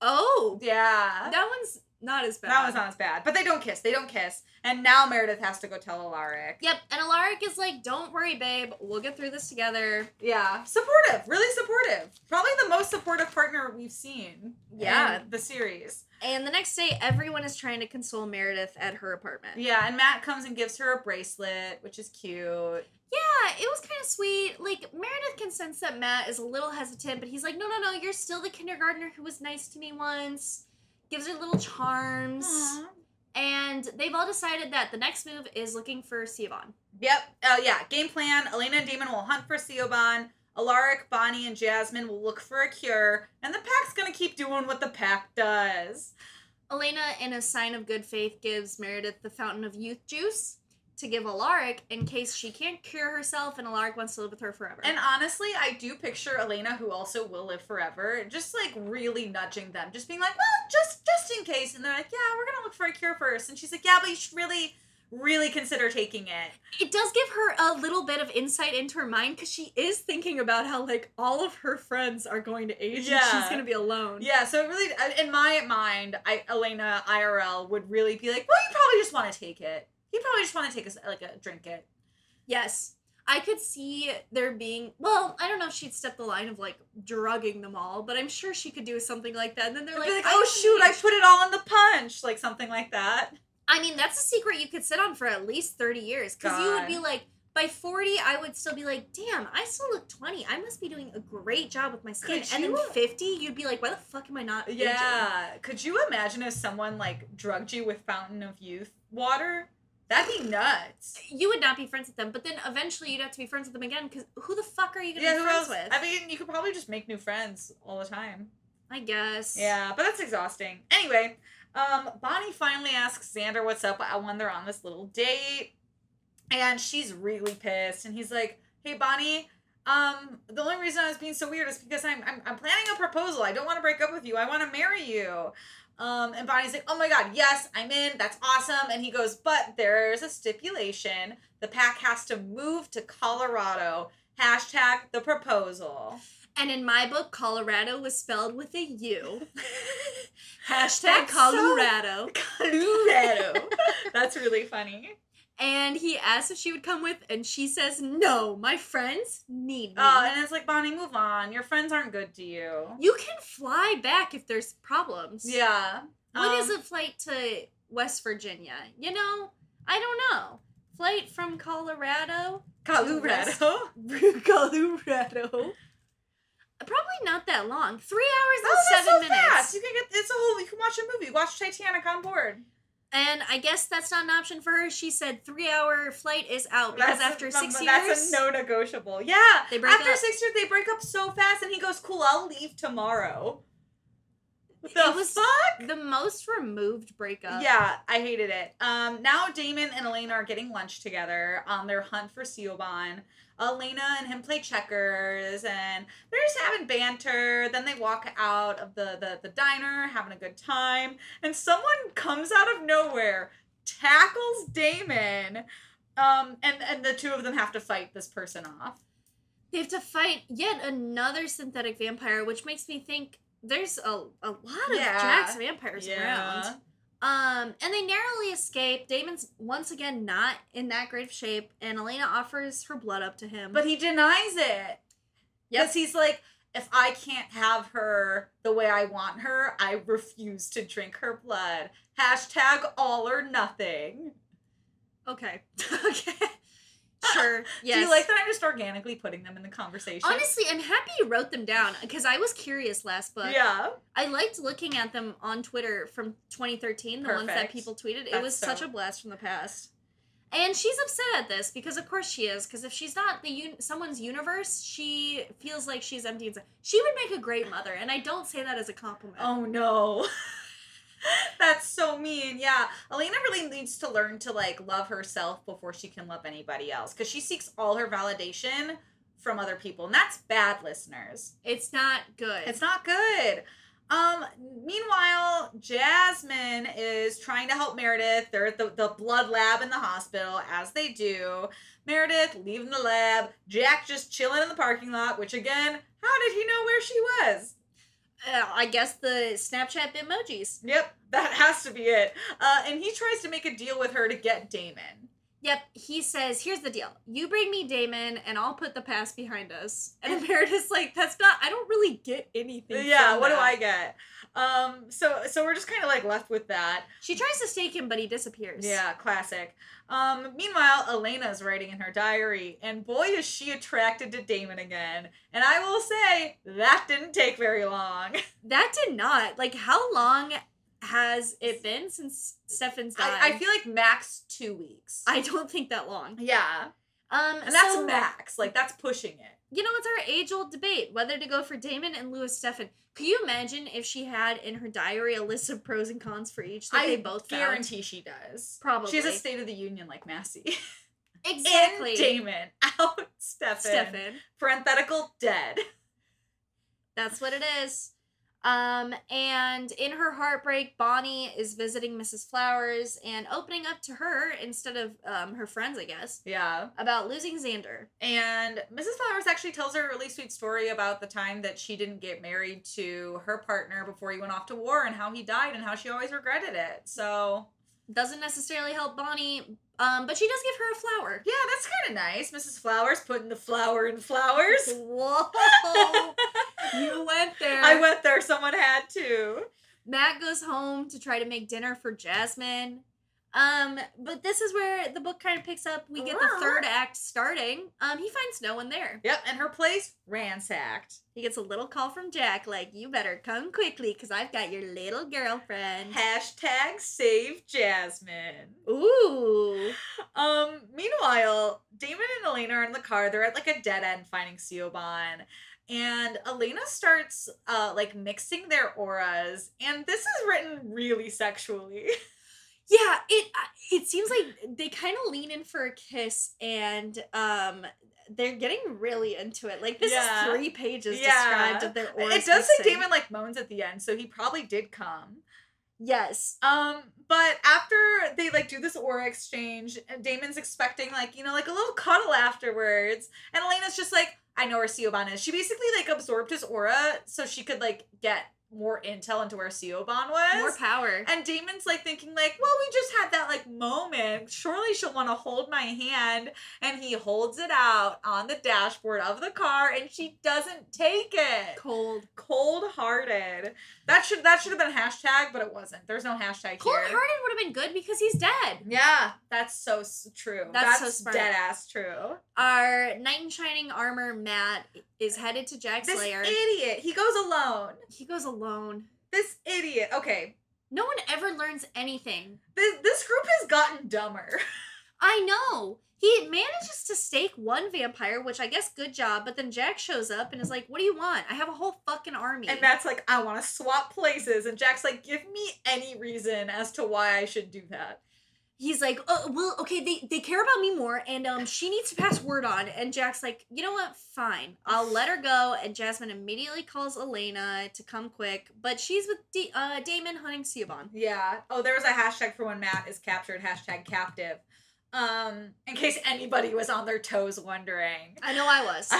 Speaker 1: Oh,
Speaker 2: Yeah,
Speaker 1: that one's not as bad.
Speaker 2: that was not as bad, but they don't kiss. They don't kiss, and now Meredith has to go tell Alaric.
Speaker 1: Yep, and Alaric is like, don't worry, babe, we'll get through this together.
Speaker 2: Yeah, supportive, really supportive. Probably the most supportive partner we've seen.
Speaker 1: Yeah.
Speaker 2: in the series.
Speaker 1: And the next day, everyone is trying to console Meredith at her apartment.
Speaker 2: Yeah, and Matt comes and gives her a bracelet, which is cute.
Speaker 1: Yeah, it was kind of sweet. Like, Meredith can sense that Matt is a little hesitant, but he's like, no, no, no, you're still the kindergartner who was nice to me once. Gives her little charms. And they've all decided that the next move is looking for Siobhan.
Speaker 2: Yep. Oh yeah. Game plan. Elena and Damon will hunt for Siobhan. Alaric, Bonnie, and Jasmine will look for a cure, and the pack's gonna keep doing what the pack does.
Speaker 1: Elena, in a sign of good faith, gives Meredith the fountain of youth juice to give Alaric in case she can't cure herself and Alaric wants to live with her forever.
Speaker 2: And honestly, I do picture Elena, who also will live forever, just like really nudging them, just being like, "Well, just just in case," and they're like, "Yeah, we're gonna look for a cure first. and she's like, "Yeah, but you should really." Really consider taking it.
Speaker 1: it does give her a little bit of insight into her mind because she is thinking about how, like, all of her friends are going to age and she's
Speaker 2: Yeah.
Speaker 1: going to be alone.
Speaker 2: Yeah, so it really, uh, in my mind, I, Elena IRL would really be like, well, you probably just want to take it. You probably just want to take a s- like a drink it.
Speaker 1: Yes. I could see there being, well, I don't know if she'd step the line of, like, drugging them all, but I'm sure she could do something like that. And then they're
Speaker 2: Be
Speaker 1: like,
Speaker 2: like, oh shoot, I
Speaker 1: aged."
Speaker 2: put it all in the punch, like something like that.
Speaker 1: I mean, that's a secret you could sit on for at least 30 years. Because you would
Speaker 2: God.
Speaker 1: be like, by 40, I would still be like, damn, I still look 20. I must be doing a great job with my skin.
Speaker 2: Could
Speaker 1: and then
Speaker 2: you-
Speaker 1: 50, you'd be like, why the fuck am I not aging?
Speaker 2: Yeah. Could you imagine if someone like drugged you with Fountain of Youth water? That'd be nuts.
Speaker 1: You would not be friends with them. But then eventually you'd have to be friends with them again. Because who the fuck are you going to
Speaker 2: Yeah,
Speaker 1: be
Speaker 2: who
Speaker 1: friends
Speaker 2: else?
Speaker 1: with?
Speaker 2: I mean, you could probably just make new friends all the time.
Speaker 1: I guess.
Speaker 2: Yeah, but that's exhausting. Anyway, um, Bonnie finally asks Xander what's up when they're on this little date, and she's really pissed. And he's like, "Hey, Bonnie, um, the only reason I was being so weird is because I'm I'm, I'm planning a proposal. I don't want to break up with you. I want to marry you." Um, and Bonnie's like, "Oh my God, yes, I'm in. That's awesome." And he goes, "But there's a stipulation. The pack has to move to Colorado." Hashtag the proposal.
Speaker 1: And in my book, Colorado was spelled with a U. Hashtag
Speaker 2: That's so-
Speaker 1: Colorado.
Speaker 2: Colorado. That's really funny.
Speaker 1: And he asks if she would come with, and she says, no, my friends need me.
Speaker 2: Oh, and it's like Bonnie, move on. Your friends aren't good to you.
Speaker 1: You can fly back if there's problems.
Speaker 2: Yeah.
Speaker 1: What
Speaker 2: Um,
Speaker 1: is a flight to West Virginia? You know, I don't know. Flight from Colorado?
Speaker 2: Colorado?
Speaker 1: Colorado. Probably not that long. Three hours
Speaker 2: Oh,
Speaker 1: and
Speaker 2: that's
Speaker 1: seven
Speaker 2: so
Speaker 1: minutes.
Speaker 2: fast. You can get it's a whole. You can watch a movie. Watch Titanic on board.
Speaker 1: And I guess that's not an option for her. She said three hour flight is out because
Speaker 2: That's-
Speaker 1: after
Speaker 2: um,
Speaker 1: six
Speaker 2: That's
Speaker 1: years,
Speaker 2: a no negotiable. Yeah.
Speaker 1: They break
Speaker 2: after
Speaker 1: up.
Speaker 2: six years, they break up so fast, and he goes, "Cool, I'll leave tomorrow." What
Speaker 1: It
Speaker 2: the
Speaker 1: was-
Speaker 2: fuck?
Speaker 1: the most removed breakup.
Speaker 2: Yeah, I hated it. Um, now Damon and Elena are getting lunch together on their hunt for Siobhan. Elena and him play checkers, and they're just having banter. Then they walk out of the the, the diner, having a good time, and someone comes out of nowhere, tackles Damon. Um, and, and the two of them have to fight this person off.
Speaker 1: They have to fight yet another synthetic vampire, which makes me think there's a, a lot of
Speaker 2: Yeah.
Speaker 1: Jack's vampires around. Um, and they narrowly escape. Damon's once again not in that great of shape, and Elena offers her blood up to him.
Speaker 2: But he denies it. Yes, he's like, if I can't have her the way I want her, I refuse to drink her blood. Hashtag all or nothing.
Speaker 1: okay, okay, sure. Yes.
Speaker 2: Do you like that I'm just organically putting them in the conversation?
Speaker 1: Honestly, I'm happy you wrote them down because I was curious last book.
Speaker 2: yeah.
Speaker 1: I liked looking at them on Twitter from 2013, the ones that
Speaker 2: Perfect.
Speaker 1: people tweeted. it
Speaker 2: That's
Speaker 1: was
Speaker 2: so-
Speaker 1: such a blast from the past. And she's upset at this because, of course, she is. Because if she's not the un- someone's universe, she feels like she's empty inside. She would make a great mother, and I don't say that as a compliment.
Speaker 2: Oh no. That's so mean. Yeah. Elena really needs to learn to like love herself before she can love anybody else because she seeks all her validation from other people. And that's bad, listeners.
Speaker 1: It's not good.
Speaker 2: It's not good. Um, meanwhile, Jasmine is trying to help Meredith. They're at the, the blood lab in the hospital, as they do. Meredith leaving the lab. Jack just chilling in the parking lot, which again, how did he know where she was?
Speaker 1: Uh, I guess the Snapchat emojis.
Speaker 2: Yep, that has to be it. Uh, and he tries to make a deal with her to get Damon.
Speaker 1: Yep, he says, "Here's the deal: you bring me Damon, and I'll put the past behind us." And Meredith's like, "That's not. I don't really get anything."
Speaker 2: yeah,
Speaker 1: from
Speaker 2: what do
Speaker 1: that."
Speaker 2: I get? Um, so so we're just kind of like left with that.
Speaker 1: She tries to stake him, but he disappears.
Speaker 2: Yeah, classic. Um, meanwhile, Elena's writing in her diary, and boy, is she attracted to Damon again. And I will say, that didn't take very long.
Speaker 1: That did not. Like, how long has it been since Stefan's died?
Speaker 2: I, I feel like max two weeks.
Speaker 1: I don't think that long.
Speaker 2: yeah.
Speaker 1: Um,
Speaker 2: And that's
Speaker 1: so,
Speaker 2: max. Like, that's pushing it.
Speaker 1: You know, it's our age-old debate whether to go for Damon and Louis Stefan. Could you imagine if she had in her diary a list of pros and cons for each that
Speaker 2: I
Speaker 1: they both found?
Speaker 2: guarantee she does.
Speaker 1: Probably.
Speaker 2: She has a State of the Union like Massey.
Speaker 1: exactly.
Speaker 2: In Damon. Out Stefan.
Speaker 1: Stefan.
Speaker 2: Parenthetical dead.
Speaker 1: That's what it is. Um, and in her heartbreak, Bonnie is visiting Mrs. Flowers and opening up to her instead of um, her friends, I guess,
Speaker 2: Yeah.
Speaker 1: about losing Xander.
Speaker 2: And Mrs. Flowers actually tells her a really sweet story about the time that she didn't get married to her partner before he went off to war and how he died and how she always regretted it. So,
Speaker 1: doesn't necessarily help Bonnie, um, but she does give her a flower.
Speaker 2: yeah, that's kind of nice. Mrs. Flowers putting the flower in flowers.
Speaker 1: Whoa! you went there.
Speaker 2: I went there, someone had to.
Speaker 1: Matt goes home to try to make dinner for Jasmine. Um, but this is where the book kind of picks up. We get the
Speaker 2: Wow.
Speaker 1: third act starting. Um, he finds no one there.
Speaker 2: Yep, and her place ransacked.
Speaker 1: He gets a little call from Jack, like, "You better come quickly, cause I've got your little girlfriend."
Speaker 2: Hashtag save Jasmine.
Speaker 1: Ooh.
Speaker 2: Um, meanwhile, Damon and Elena are in the car. They're at like a dead end finding Siobhan. And Elena starts uh like mixing their auras, and this is written really sexually.
Speaker 1: Yeah, it uh, it seems like they kind of lean in for a kiss and um they're getting really into it. Like this
Speaker 2: Yeah.
Speaker 1: is three pages
Speaker 2: Yeah.
Speaker 1: described of their oral
Speaker 2: it does say
Speaker 1: kissing.
Speaker 2: Damon like moans at the end, so he probably did come.
Speaker 1: Yes.
Speaker 2: Um, but after they like do this aura exchange, and Damon's expecting like, you know, like a little cuddle afterwards, and Elena's just like, I know where Siobhan is. She basically like absorbed his aura so she could like get more intel into where Siobhan was.
Speaker 1: More power.
Speaker 2: And Damon's like thinking like, well, we just had that like moment. Surely she'll want to hold my hand. And he holds it out on the dashboard of the car and she doesn't take it.
Speaker 1: Cold.
Speaker 2: Cold hearted. That should that should have been a hashtag, but it wasn't. There's no hashtag
Speaker 1: Cold
Speaker 2: here.
Speaker 1: hearted would have been good because he's dead.
Speaker 2: Yeah, that's so s- true.
Speaker 1: That's
Speaker 2: That's,
Speaker 1: so smart.
Speaker 2: dead ass true.
Speaker 1: Our knight in shining armor Matt is headed to Jack
Speaker 2: This
Speaker 1: Slayer.
Speaker 2: idiot. He goes alone.
Speaker 1: he goes alone.
Speaker 2: This idiot. Okay.
Speaker 1: No one ever learns anything.
Speaker 2: This, this group has gotten dumber.
Speaker 1: I know. He manages to stake one vampire, which I guess good job, but then Jack shows up and is like, What do you want? I have a whole fucking army.
Speaker 2: And Matt's like, I want to swap places. And Jack's like, give me any reason as to why I should do that.
Speaker 1: He's like, oh, well, okay, they, they care about me more, and um, she needs to pass word on. And Jack's like, you know what? Fine, I'll let her go. And Jasmine immediately calls Elena to come quick, but she's with D- uh, Damon hunting Siobhan.
Speaker 2: Yeah. Oh, there was a hashtag for when Matt is captured, hashtag captive. Um, in case anybody was on their toes wondering.
Speaker 1: I know I was.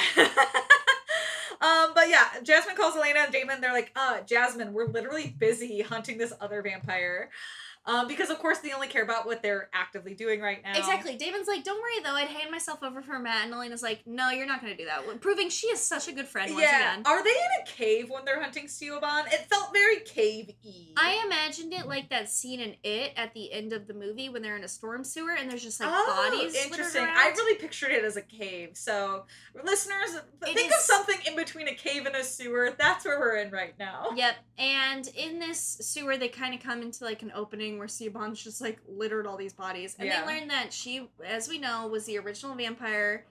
Speaker 2: um, but yeah, Jasmine calls Elena and Damon. They're like, uh, Jasmine, we're literally busy hunting this other vampire. Um, because of course they only care about what they're actively doing right now.
Speaker 1: Exactly. Damon's like, don't worry though, I'd hand myself over for Matt. And Elena's like, no, you're not going to do that. Proving she is such a good friend once
Speaker 2: yeah.
Speaker 1: again.
Speaker 2: Are they in a cave when they're hunting Siobhan? It felt very cave y.
Speaker 1: I imagined it like that scene in It at the end of the movie when they're in a storm sewer and there's just like bodies.
Speaker 2: Oh, Interesting.
Speaker 1: Littered around.
Speaker 2: I really pictured it as a cave. So listeners,
Speaker 1: It
Speaker 2: think of
Speaker 1: is-
Speaker 2: something in between a cave and a sewer. That's where we're in right now.
Speaker 1: Yep. And in this sewer, they kind of come into like an opening where Siobhan's just like littered all these bodies. And
Speaker 2: Yeah.
Speaker 1: they learn that she, as we know, was the original vampire.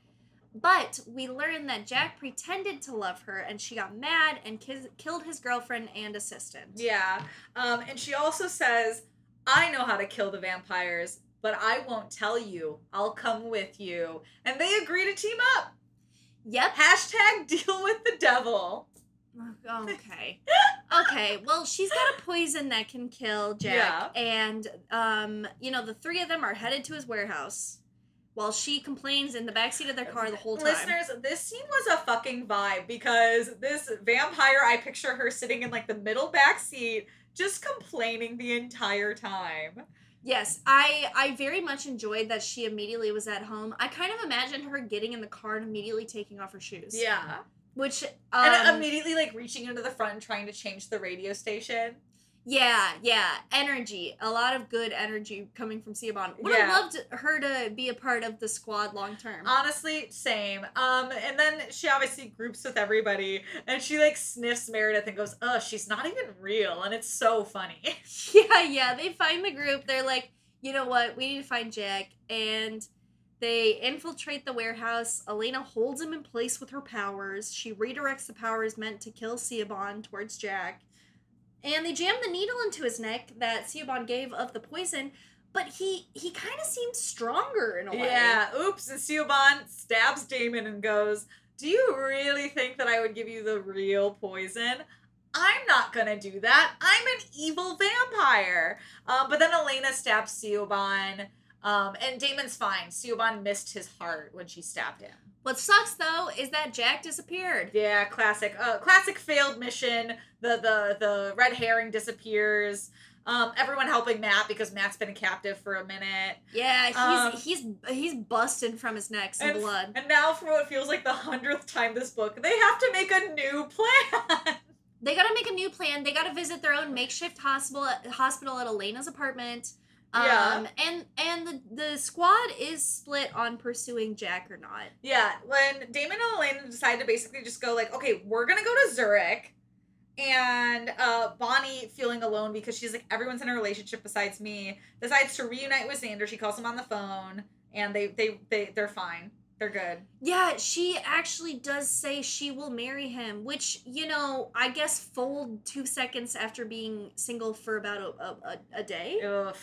Speaker 1: But we learn that Jack pretended to love her and she got mad and kiz- killed his girlfriend and assistant.
Speaker 2: Yeah. Um, and she also says, I know how to kill the vampires, but I won't tell you. I'll come with you. And they agree to team up.
Speaker 1: Yep.
Speaker 2: Hashtag deal with the devil.
Speaker 1: Okay. okay. Well, she's got a poison that can kill Jack, and um, you know the three of them are headed to his warehouse, while she complains in the backseat of their car the whole time.
Speaker 2: Listeners, this scene was a fucking vibe because this vampire, I picture her sitting in like the middle back seat, just complaining the entire time.
Speaker 1: Yes, I I very much enjoyed that she immediately was at home. I kind of imagined her getting in the car and immediately taking off her shoes.
Speaker 2: Yeah.
Speaker 1: Which um,
Speaker 2: and immediately like reaching into the front and trying to change the radio station.
Speaker 1: Mm-hmm. Yeah, yeah. Energy. A lot of good energy coming from Siobhan. Would
Speaker 2: Yeah.
Speaker 1: have loved her to be a part of the squad long term.
Speaker 2: Honestly, same. Um, and then she obviously groups with everybody, and she like sniffs Meredith and goes, "Oh, she's not even real," and it's so funny.
Speaker 1: Yeah, yeah. They find the group. They're like, you know what? We need to find Jack. And they infiltrate the warehouse. Elena holds him in place with her powers. She redirects the powers meant to kill Siobhan towards Jack. And they jam the needle into his neck that Siobhan gave of the poison. But he he kind of seems stronger in a way.
Speaker 2: yeah. Oops. And Siobhan stabs Damon and goes, "Do you really think that I would give you the real poison?" I'm not gonna do that. I'm an evil vampire. Um, but then Elena stabs Siobhan, um, and Damon's fine. Siobhan missed his heart when she stabbed him.
Speaker 1: What sucks though is that Jack disappeared.
Speaker 2: Yeah, classic. Uh, classic failed mission. The the the red herring disappears. Um, everyone helping Matt because Matt's been a captive for a minute,
Speaker 1: Yeah,
Speaker 2: Um,
Speaker 1: he's he's he's busting from his neck some
Speaker 2: And-
Speaker 1: blood.
Speaker 2: and now for what feels like the hundredth time this book, they have to make a new plan.
Speaker 1: They gotta make a new plan. They gotta visit their own makeshift hospital hospital at Elena's apartment. Um,
Speaker 2: Yeah.
Speaker 1: And and the the squad is split on pursuing Jack or not.
Speaker 2: yeah, when Damon and Elena decide to basically just go like, okay, we're gonna go to Zurich, and uh, Bonnie feeling alone because she's like everyone's in a relationship besides me decides to reunite with Xander. She calls him on the phone, and they they they they're fine. They're good.
Speaker 1: Yeah, she actually does say she will marry him, which you know I guess fold two seconds after being single for about a a, a, a day.
Speaker 2: Ugh.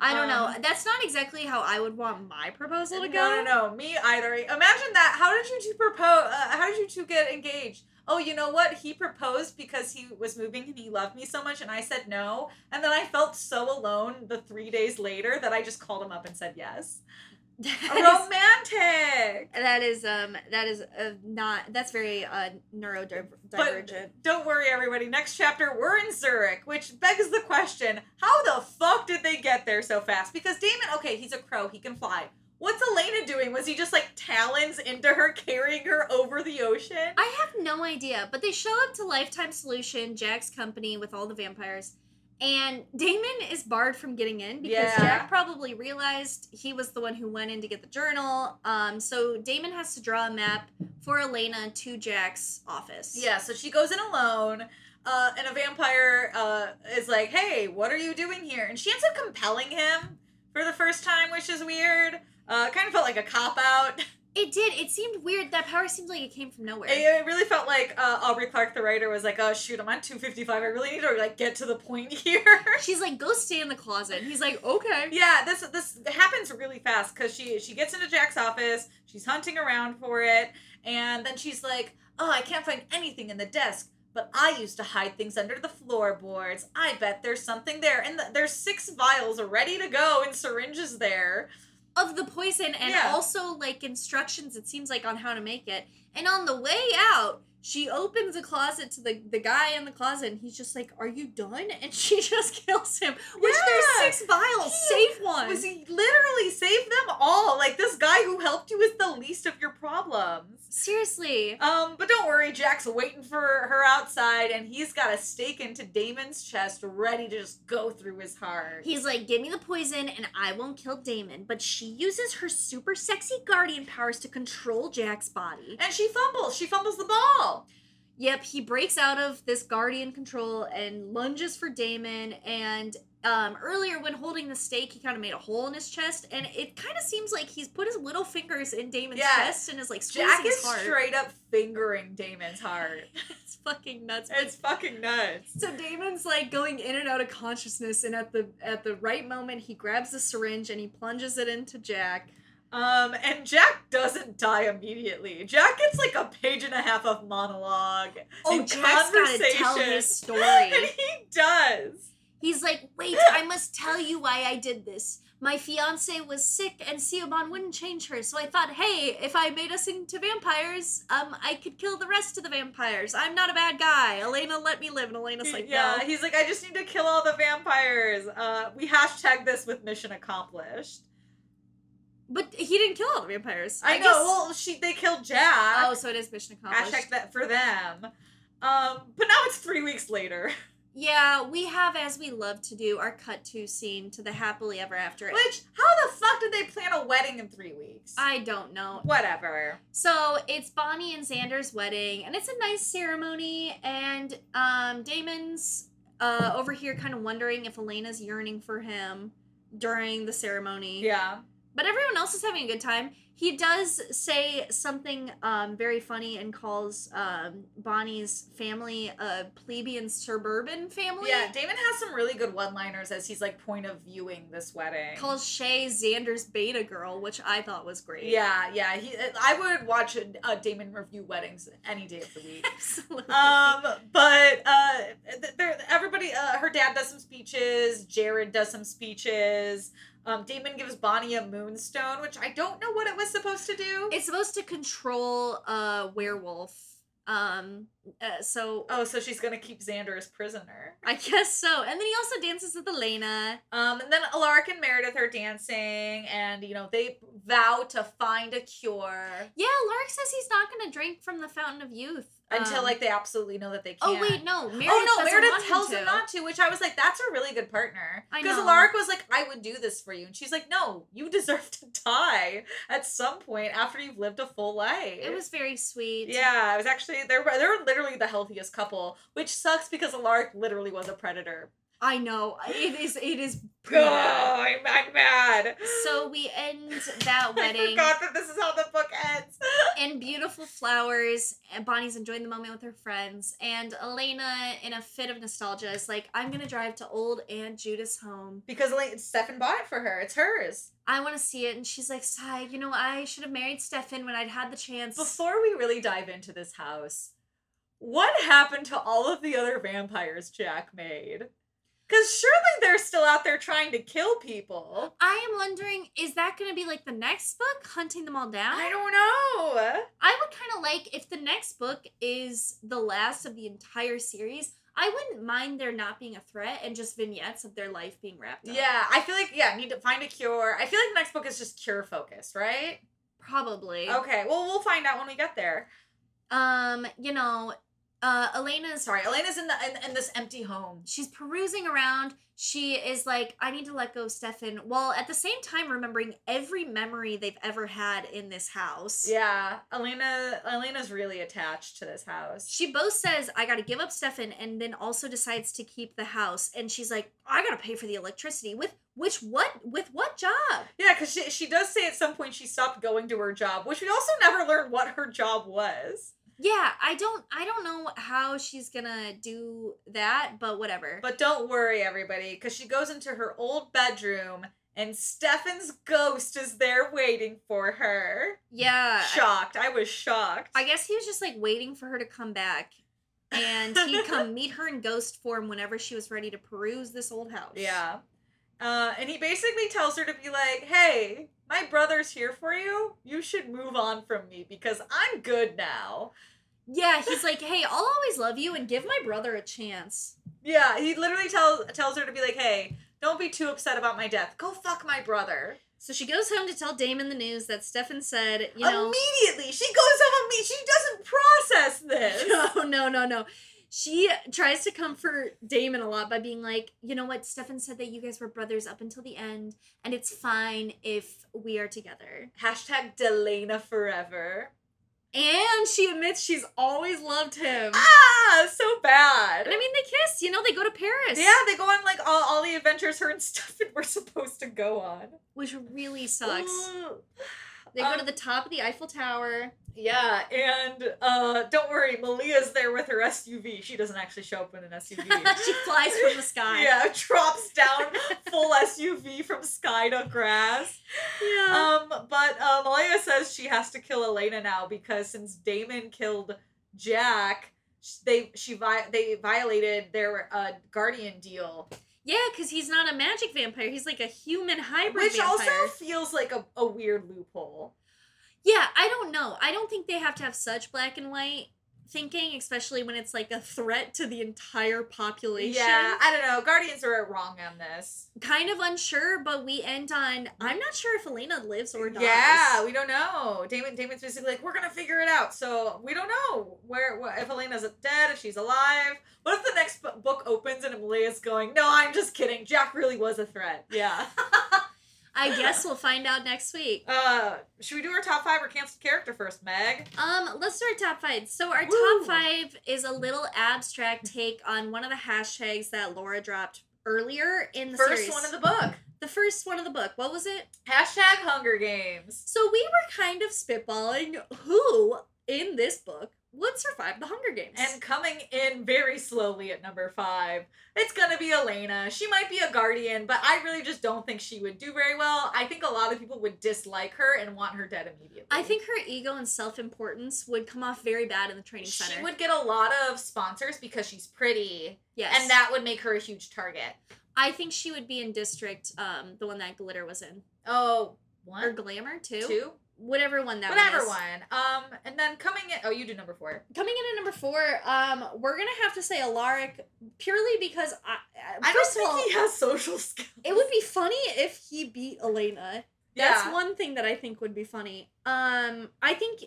Speaker 1: I don't know.
Speaker 2: Um,
Speaker 1: That's not exactly how I would want my proposal to go.
Speaker 2: No, no, no, me either. Imagine that. How did you two propose? Uh, how did you two get engaged? Oh, you know what? He proposed because he was moving and he loved me so much, and I said no. And then I felt so alone the three days later that I just called him up and said yes.
Speaker 1: That is-
Speaker 2: Romantic.
Speaker 1: that is um that is uh, not that's very uh neurodivergent.
Speaker 2: Don't worry, everybody. Next chapter, we're in Zurich, which begs the question: How the fuck did they get there so fast? Because Damon, okay, he's a crow; he can fly. What's Elena doing? Was he just like talons into her, carrying her over the ocean?
Speaker 1: I have no idea, but they show up to Lifetime Solution, Jack's company with all the vampires, and Damon is barred from getting in because
Speaker 2: Yeah.
Speaker 1: Jack probably realized he was the one who went in to get the journal. Um, so Damon has to draw a map for Elena to Jack's office.
Speaker 2: Yeah, so she goes in alone. uh, and a vampire uh, is like, "Hey, what are you doing here?" And she ends up compelling him for the first time, which is weird. Uh, kind of felt like a cop out.
Speaker 1: It did. It seemed weird. That power seemed like it came from nowhere.
Speaker 2: It, it really felt like uh, Aubrey Clark, the writer, was like, "Oh shoot, I'm on 255. I really need to like get to the point here."
Speaker 1: She's like, "Go stay in the closet." And he's like, "Okay."
Speaker 2: yeah, this this happens really fast because she she gets into Jack's office. She's hunting around for it, and then she's like, "Oh, I can't find anything in the desk." But I used to hide things under the floorboards. I bet there's something there. And th- there's six vials ready to go and syringes there.
Speaker 1: Of the poison and
Speaker 2: Yeah.
Speaker 1: also like instructions. It seems like on how to make it. And on the way out, she opens the closet to the the guy in the closet, and he's just like, "Are you done?" And she just kills him. Which
Speaker 2: Yeah.
Speaker 1: there's six vials.
Speaker 2: He
Speaker 1: Save one.
Speaker 2: Was e- he literally saved them all? Like this guy who helped you is the least of your problems.
Speaker 1: Seriously.
Speaker 2: Um, but don't worry, Jack's waiting for her outside, and he's got a stake into Damon's chest, ready to just go through his heart.
Speaker 1: He's like, give me the poison and I won't kill Damon. But she uses her super sexy guardian powers to control Jack's body.
Speaker 2: and she fumbles. She fumbles the ball.
Speaker 1: Yep, he breaks out of this guardian control and lunges for Damon. And um, earlier, when holding the stake, he kind of made a hole in his chest. And it kind of seems like he's put his little fingers in Damon's
Speaker 2: Yeah.
Speaker 1: chest and is like squeezing
Speaker 2: Jack
Speaker 1: his
Speaker 2: is
Speaker 1: heart.
Speaker 2: straight up fingering Damon's heart.
Speaker 1: It's fucking nuts. but
Speaker 2: It's fucking nuts.
Speaker 1: So Damon's like going in and out of consciousness, and at the at the right moment, he grabs the syringe and he plunges it into Jack.
Speaker 2: Um, and Jack doesn't die immediately. Jack gets like a page and a half of monologue.
Speaker 1: Oh,
Speaker 2: and
Speaker 1: Jack's gotta tell his
Speaker 2: conversation. and
Speaker 1: story.
Speaker 2: he does.
Speaker 1: He's like, wait, I must tell you why I did this. My fiance was sick, and Siobhan wouldn't change her, so I thought, hey, if I made us into vampires, um, I could kill the rest of the vampires. I'm not a bad guy. Elena let me live, and Elena's
Speaker 2: He-
Speaker 1: like,
Speaker 2: yeah,
Speaker 1: no.
Speaker 2: he's like, I just need to kill all the vampires. Uh, we hashtag this with mission accomplished.
Speaker 1: But he didn't kill all the vampires.
Speaker 2: I, know.
Speaker 1: guess-
Speaker 2: Well, she they killed Jack.
Speaker 1: oh, so it is mission accomplished.
Speaker 2: hashtag that for them. Um, but now it's three weeks later,
Speaker 1: Yeah, we have, as we love to do, our cut to scene to the happily ever after.
Speaker 2: which how the fuck did they plan a wedding in three weeks?
Speaker 1: I don't know.
Speaker 2: Whatever.
Speaker 1: So it's Bonnie and Xander's wedding, and it's a nice ceremony. And um, Damon's uh, over here, kind of wondering if Elena's yearning for him during the ceremony.
Speaker 2: Yeah.
Speaker 1: But everyone else is having a good time. He does say something um, very funny and calls um, Bonnie's family a plebeian suburban family.
Speaker 2: Yeah, Damon has some really good one-liners as he's like point of viewing this wedding.
Speaker 1: Calls Shay Xander's beta girl, which I thought was great.
Speaker 2: yeah, yeah. He, uh, I would watch a, a Damon review weddings any day of the week.
Speaker 1: Absolutely.
Speaker 2: um but uh th- there everybody uh, her dad does some speeches jared does some speeches um damon gives bonnie a moonstone which i don't know what it was supposed to do
Speaker 1: it's supposed to control a werewolf. Um, uh, so
Speaker 2: oh so she's gonna keep xander as prisoner
Speaker 1: I guess so. And then he also dances with Elena.
Speaker 2: um and then alaric and meredith are dancing and you know they vow to find a cure
Speaker 1: Yeah, Lark says he's not going to drink from the fountain of youth
Speaker 2: until
Speaker 1: um,
Speaker 2: like they absolutely know that they
Speaker 1: Oh
Speaker 2: can't
Speaker 1: wait, no. Meredith
Speaker 2: Oh no,
Speaker 1: doesn't want
Speaker 2: Meredith
Speaker 1: him
Speaker 2: tells
Speaker 1: to.
Speaker 2: him not to, which I was like, that's a really good partner.
Speaker 1: I
Speaker 2: Because
Speaker 1: know.
Speaker 2: Alaric was like, I would do this for you. And she's like, no, you deserve to die at some point after you've lived a full life.
Speaker 1: It was very sweet.
Speaker 2: Yeah, it was actually they were they were literally the healthiest couple, which sucks because Alaric literally was a predator.
Speaker 1: I know. It is. It is.
Speaker 2: Ugh,
Speaker 1: pretty bad.
Speaker 2: I'm, I'm mad.
Speaker 1: So we end that
Speaker 2: I
Speaker 1: wedding
Speaker 2: forgot that this is how the book ends.
Speaker 1: in beautiful flowers. And Bonnie's enjoying the moment with her friends, and Elena, in a fit of nostalgia, is like, "I'm gonna drive to old Aunt Judith's home."
Speaker 2: because like Stefan bought it for her. It's hers.
Speaker 1: I want to see it. And she's like, Sigh, you know, I should have married Stefan when I'd had the chance.
Speaker 2: Before we really dive into this house, what happened to all of the other vampires Jack made? Because surely they're still out there trying to kill people.
Speaker 1: I am wondering, is that going to be like the next book, Hunting Them All Down?
Speaker 2: I don't know.
Speaker 1: I would kind of like if the next book is the last of the entire series, I wouldn't mind there not being a threat and just vignettes of their life being wrapped up.
Speaker 2: Yeah, I feel like, yeah, need to find a cure. I feel like the next book is just cure focused, right?
Speaker 1: Probably.
Speaker 2: Okay, well, we'll find out when we get there.
Speaker 1: Um, you know, uh, Elena's
Speaker 2: Sorry, Elena's in the in, in this empty home.
Speaker 1: she's perusing around. She is like, I need to let go of Stefan, while at the same time remembering every memory they've ever had in this house.
Speaker 2: Yeah, Elena Elena's really attached to this house.
Speaker 1: She both says, I gotta give up Stefan, and then also decides to keep the house. And she's like, I gotta pay for the electricity. With which what with what job?
Speaker 2: Yeah, because she she does say at some point she stopped going to her job, which we also never learned what her job was.
Speaker 1: Yeah, I don't I don't know how she's gonna do that, but whatever.
Speaker 2: But don't worry, everybody, because she goes into her old bedroom and Stefan's ghost is there waiting for her.
Speaker 1: yeah. Uh, I-
Speaker 2: Shocked. I was shocked.
Speaker 1: I guess he was just like waiting for her to come back. And he'd come meet her in ghost form whenever she was ready to peruse this old house.
Speaker 2: Yeah. Uh, and he basically tells her to be like, hey, my brother's here for you. You should move on from me because I'm good now.
Speaker 1: Yeah, he's like, hey, I'll always love you and give my brother a chance.
Speaker 2: Yeah, he literally tells tells her to be like, hey, don't be too upset about my death. Go fuck my brother.
Speaker 1: So she goes home to tell Damon the news that Stefan said,
Speaker 2: Oh,
Speaker 1: you know.
Speaker 2: Immediately, she goes home. Imme- she doesn't process this.
Speaker 1: No, no, no, no. She tries to comfort Damon a lot by being like, you know what? Stefan said that you guys were brothers up until the end, and it's fine if we are together.
Speaker 2: Hashtag Delana forever.
Speaker 1: And she admits she's always loved him.
Speaker 2: Ah, so bad.
Speaker 1: And I mean, they kiss, you know, they go to Paris.
Speaker 2: yeah, they go on like all, all the adventures her and Stefan were supposed to go on.
Speaker 1: Which really sucks.
Speaker 2: Ooh.
Speaker 1: They go
Speaker 2: Um,
Speaker 1: to the top of the Eiffel Tower.
Speaker 2: Yeah, and uh, don't worry, Malia's there with her SUV. She doesn't actually show up in an SUV.
Speaker 1: she flies from the sky.
Speaker 2: Yeah, drops down full SUV from sky to grass.
Speaker 1: Yeah.
Speaker 2: Um, but uh, Malia says she has to kill Elena now because since Damon killed Jack, sh- they she vi- they violated their uh, guardian deal,
Speaker 1: yeah, because he's not a magic vampire. He's like a human hybrid
Speaker 2: which
Speaker 1: vampire.
Speaker 2: also feels like a, a weird loophole.
Speaker 1: Yeah, I don't know. I don't think they have to have such black and white thinking, especially when it's like a threat to the entire population.
Speaker 2: Yeah, I don't know. Guardians are wrong on this.
Speaker 1: Kind of unsure, but we end on I'm not sure if Elena lives or dies.
Speaker 2: Yeah, we don't know. Damon Damon's basically like, we're gonna figure it out. So we don't know where, where if Elena's dead, if she's alive. What if the next bu- book opens and Amelia's going, no, I'm just kidding. Jack really was a threat. Yeah.
Speaker 1: I guess we'll find out next week.
Speaker 2: uh, should we do our top five or canceled character first, Meg?
Speaker 1: Um, let's do our top five. So our
Speaker 2: Woo.
Speaker 1: top five is a little abstract take on one of the hashtags that Laura dropped earlier in the
Speaker 2: First
Speaker 1: series.
Speaker 2: one of the book.
Speaker 1: the first one of the book. What was it?
Speaker 2: Hashtag Hunger Games.
Speaker 1: So we were kind of spitballing who in this book would survive the Hunger Games.
Speaker 2: And coming in very slowly at number five, it's gonna be Elena. She might be a guardian, but I really just don't think she would do very well. I think a lot of people would dislike her and want her dead immediately.
Speaker 1: I think her ego and self importance would come off very bad in the training
Speaker 2: she
Speaker 1: center.
Speaker 2: would get a lot of sponsors because she's pretty,
Speaker 1: yes,
Speaker 2: and that would make her a huge target.
Speaker 1: I think she would be in District, um, the one that Glitter was in,
Speaker 2: Oh,
Speaker 1: or
Speaker 2: one,
Speaker 1: Glamour too,
Speaker 2: two,
Speaker 1: whatever one that
Speaker 2: whatever
Speaker 1: one. is.
Speaker 2: one. Um, and then coming in. Oh, you do number four.
Speaker 1: Coming in at number four, um, we're gonna have to say Alaric purely because I, I-
Speaker 2: I don't
Speaker 1: first of
Speaker 2: think
Speaker 1: all,
Speaker 2: he has social skills.
Speaker 1: it would be funny if he beat Elena. That's
Speaker 2: yeah,
Speaker 1: one thing that I think would be funny. Um, I think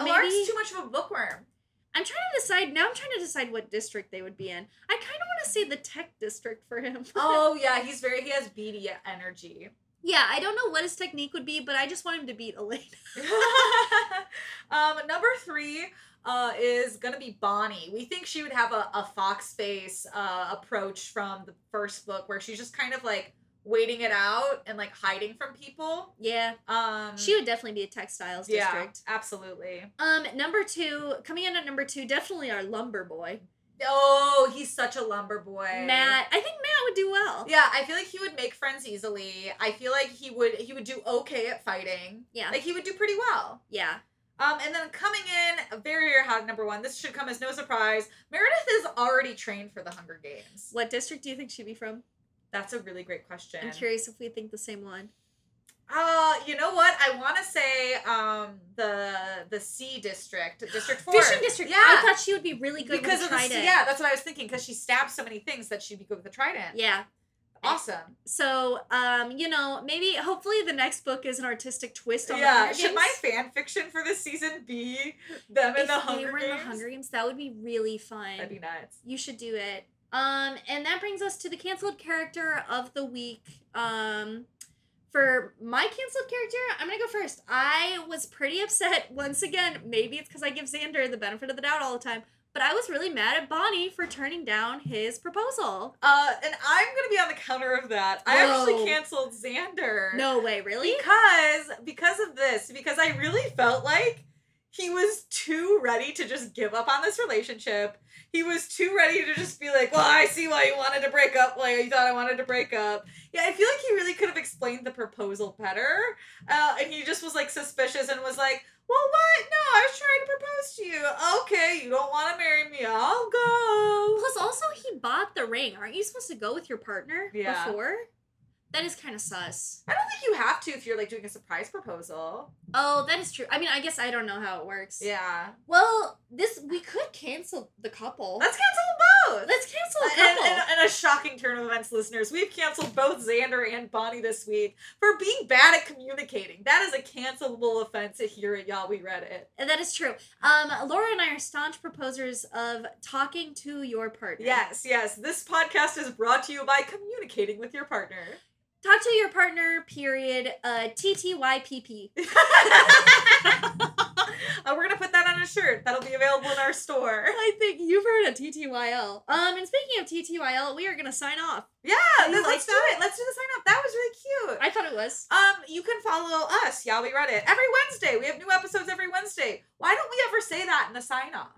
Speaker 1: maybe-
Speaker 2: Alaric's too much of a bookworm.
Speaker 1: I'm trying to decide now. I'm trying to decide what district they would be in. I kind of want to say the tech district for him.
Speaker 2: Oh yeah, he's very. He has beady energy.
Speaker 1: yeah, I don't know what his technique would be, but I just want him to beat Elena.
Speaker 2: um, number three uh, is gonna be Bonnie. We think she would have a, a fox face uh, approach from the first book, where she's just kind of like waiting it out and like hiding from people.
Speaker 1: Yeah,
Speaker 2: Um,
Speaker 1: she would definitely be a textiles
Speaker 2: yeah,
Speaker 1: district.
Speaker 2: absolutely.
Speaker 1: Um, number two, coming in at number two, definitely our lumber boy
Speaker 2: Oh, he's such a lumber boy,
Speaker 1: Matt. I think Matt would do well.
Speaker 2: Yeah, I feel like he would make friends easily. I feel like he would he would do okay at fighting.
Speaker 1: Yeah,
Speaker 2: Like he would do pretty well.
Speaker 1: yeah.
Speaker 2: Um, and then coming in, very, very hot number one. This should come as no surprise. Meredith is already trained for the Hunger Games.
Speaker 1: What district do you think she'd be from?
Speaker 2: That's a really great question.
Speaker 1: I'm curious if we think the same one.
Speaker 2: Uh, you know what? I want to say um the the C district, District Four,
Speaker 1: Fishing district.
Speaker 2: Yeah,
Speaker 1: I thought she would be really good
Speaker 2: because
Speaker 1: with
Speaker 2: of
Speaker 1: the
Speaker 2: the
Speaker 1: trident.
Speaker 2: yeah, that's what I was thinking. Because she stabs so many things that she'd be good with the trident.
Speaker 1: yeah.
Speaker 2: Awesome.
Speaker 1: So, um, you know, maybe hopefully the next book is an artistic twist on the
Speaker 2: yeah.
Speaker 1: Hunger
Speaker 2: Should
Speaker 1: Games.
Speaker 2: my fan fiction for this season be them in
Speaker 1: if they
Speaker 2: the Hunger
Speaker 1: were in
Speaker 2: Games?
Speaker 1: the Hunger Games, that would be really fun.
Speaker 2: That'd be nuts.
Speaker 1: you should do it. Um, and that brings us to the canceled character of the week. Um, for my canceled character, I'm gonna go first. I was pretty upset once again. Maybe it's because I give Xander the benefit of the doubt all the time, but I was really mad at Bonnie for turning down his proposal.
Speaker 2: Uh, and I'm gonna be on the counter of that. I
Speaker 1: Whoa.
Speaker 2: actually canceled Xander.
Speaker 1: No way, really?
Speaker 2: because because of this because i really felt like he was too ready to just give up on this relationship he was too ready to just be like well i see why you wanted to break up why you thought i wanted to break up yeah i feel like he really could have explained the proposal better uh, and he just was like suspicious and was like well what no i was trying to propose to you okay you don't want to marry me i'll go
Speaker 1: Plus, also he bought the ring. Aren't you supposed to go with your partner
Speaker 2: Yeah.
Speaker 1: before? That is kind of sus.
Speaker 2: i don't think you have to if you're like doing a surprise proposal
Speaker 1: Oh, that is true. I mean, I guess I don't know how it works.
Speaker 2: yeah
Speaker 1: Well, this we could cancel the couple.
Speaker 2: let's cancel both
Speaker 1: Let's cancel a
Speaker 2: And,
Speaker 1: couple.
Speaker 2: and- and a shocking turn of events, listeners. We've canceled both Xander and Bonnie this week for being bad at communicating. That is a cancelable offense here at Y'all We Read It.
Speaker 1: And that is true. Um, Laura and I are staunch proposers of talking to your partner.
Speaker 2: Yes, yes. This podcast is brought to you by communicating with your partner.
Speaker 1: Talk to your partner, period. Uh, TTYPP.
Speaker 2: Uh, we're going to put that on a shirt. That'll be available in our store.
Speaker 1: I think you've heard of TTYL. Um, and speaking of TTYL, we are going to sign off.
Speaker 2: Yeah,
Speaker 1: You
Speaker 2: then
Speaker 1: like
Speaker 2: let's do it. Let's do the sign up. That was really cute.
Speaker 1: I thought it was.
Speaker 2: Um, you can follow us, Y'all We Read It, every Wednesday. We have new episodes every Wednesday. Why don't we ever say that in the sign off?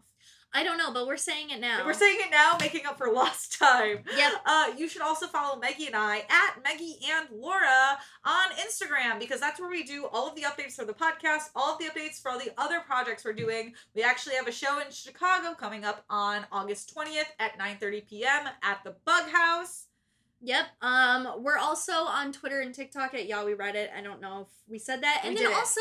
Speaker 1: I don't know, but we're saying it now.
Speaker 2: We're saying it now, making up for lost time.
Speaker 1: Yep.
Speaker 2: Uh, you should also follow Maggie and I at Maggie and Laura on Instagram because that's where we do all of the updates for the podcast, all of the updates for all the other projects we're doing. We actually have a show in Chicago coming up on August 20th at 9:30 p.m. at the Bug House.
Speaker 1: Yep. Um, we're also on Twitter and TikTok at Yahweh Reddit. I don't know if we said that. And
Speaker 2: We
Speaker 1: then
Speaker 2: did.
Speaker 1: also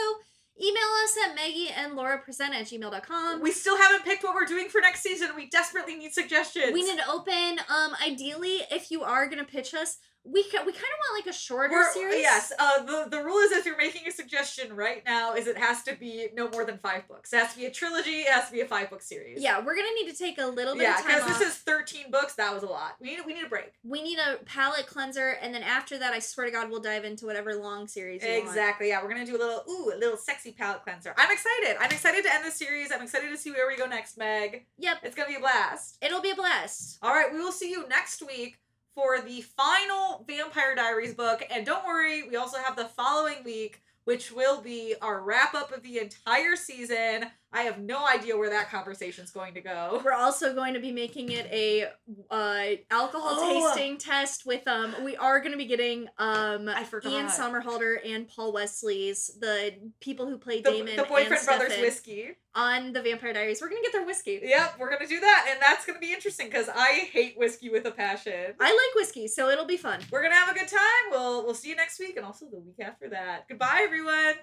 Speaker 1: email us at Maggie and Laura Present at gmail.com.
Speaker 2: We still haven't picked what we're doing for next season. We desperately need suggestions.
Speaker 1: We need to open. Um, ideally, if you are gonna pitch us, we ca- we kind of want like a shorter
Speaker 2: We're-
Speaker 1: series.
Speaker 2: Yes. Uh, the, the rule is if you're making a suggestion right now, is it has to be no more than five books. It has to be a trilogy. It has to be a five book series.
Speaker 1: Yeah, we're gonna need to take a little bit
Speaker 2: Yeah,
Speaker 1: of time
Speaker 2: because
Speaker 1: off.
Speaker 2: this is 13 books. That was a lot. We need we need a break.
Speaker 1: we need a palate cleanser, and then after that, I swear to God, we'll dive into whatever long series. You want.
Speaker 2: Exactly. Yeah, we're gonna do a little ooh, a little sexy palette cleanser. I'm excited. I'm excited to end this series. I'm excited to see where we go next, Meg.
Speaker 1: Yep.
Speaker 2: It's gonna be a blast.
Speaker 1: It'll be a blast.
Speaker 2: All right, we will see you next week for the final Vampire Diaries book. And don't worry, we also have the following week, which will be our wrap up of the entire season. I have no idea where that conversation's going to go.
Speaker 1: We're also going to be making it a uh, alcohol
Speaker 2: Oh.
Speaker 1: tasting test with um. We are going to be getting um.
Speaker 2: I forgot.
Speaker 1: Ian Somerhalder and Paul Wesley's the people who play
Speaker 2: The,
Speaker 1: Damon
Speaker 2: the boyfriend
Speaker 1: and
Speaker 2: brothers
Speaker 1: Stefan
Speaker 2: whiskey.
Speaker 1: on the Vampire Diaries. We're gonna get their whiskey.
Speaker 2: Yep, we're gonna do that, and that's gonna be interesting because I hate whiskey with a passion.
Speaker 1: I like whiskey, so it'll be fun.
Speaker 2: We're gonna have a good time. We'll we'll see you next week, and also the week after that. Goodbye, everyone.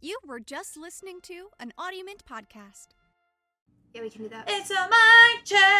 Speaker 3: You were just listening to an Audiomint podcast.
Speaker 1: Yeah, we can do that.
Speaker 2: It's a mic check.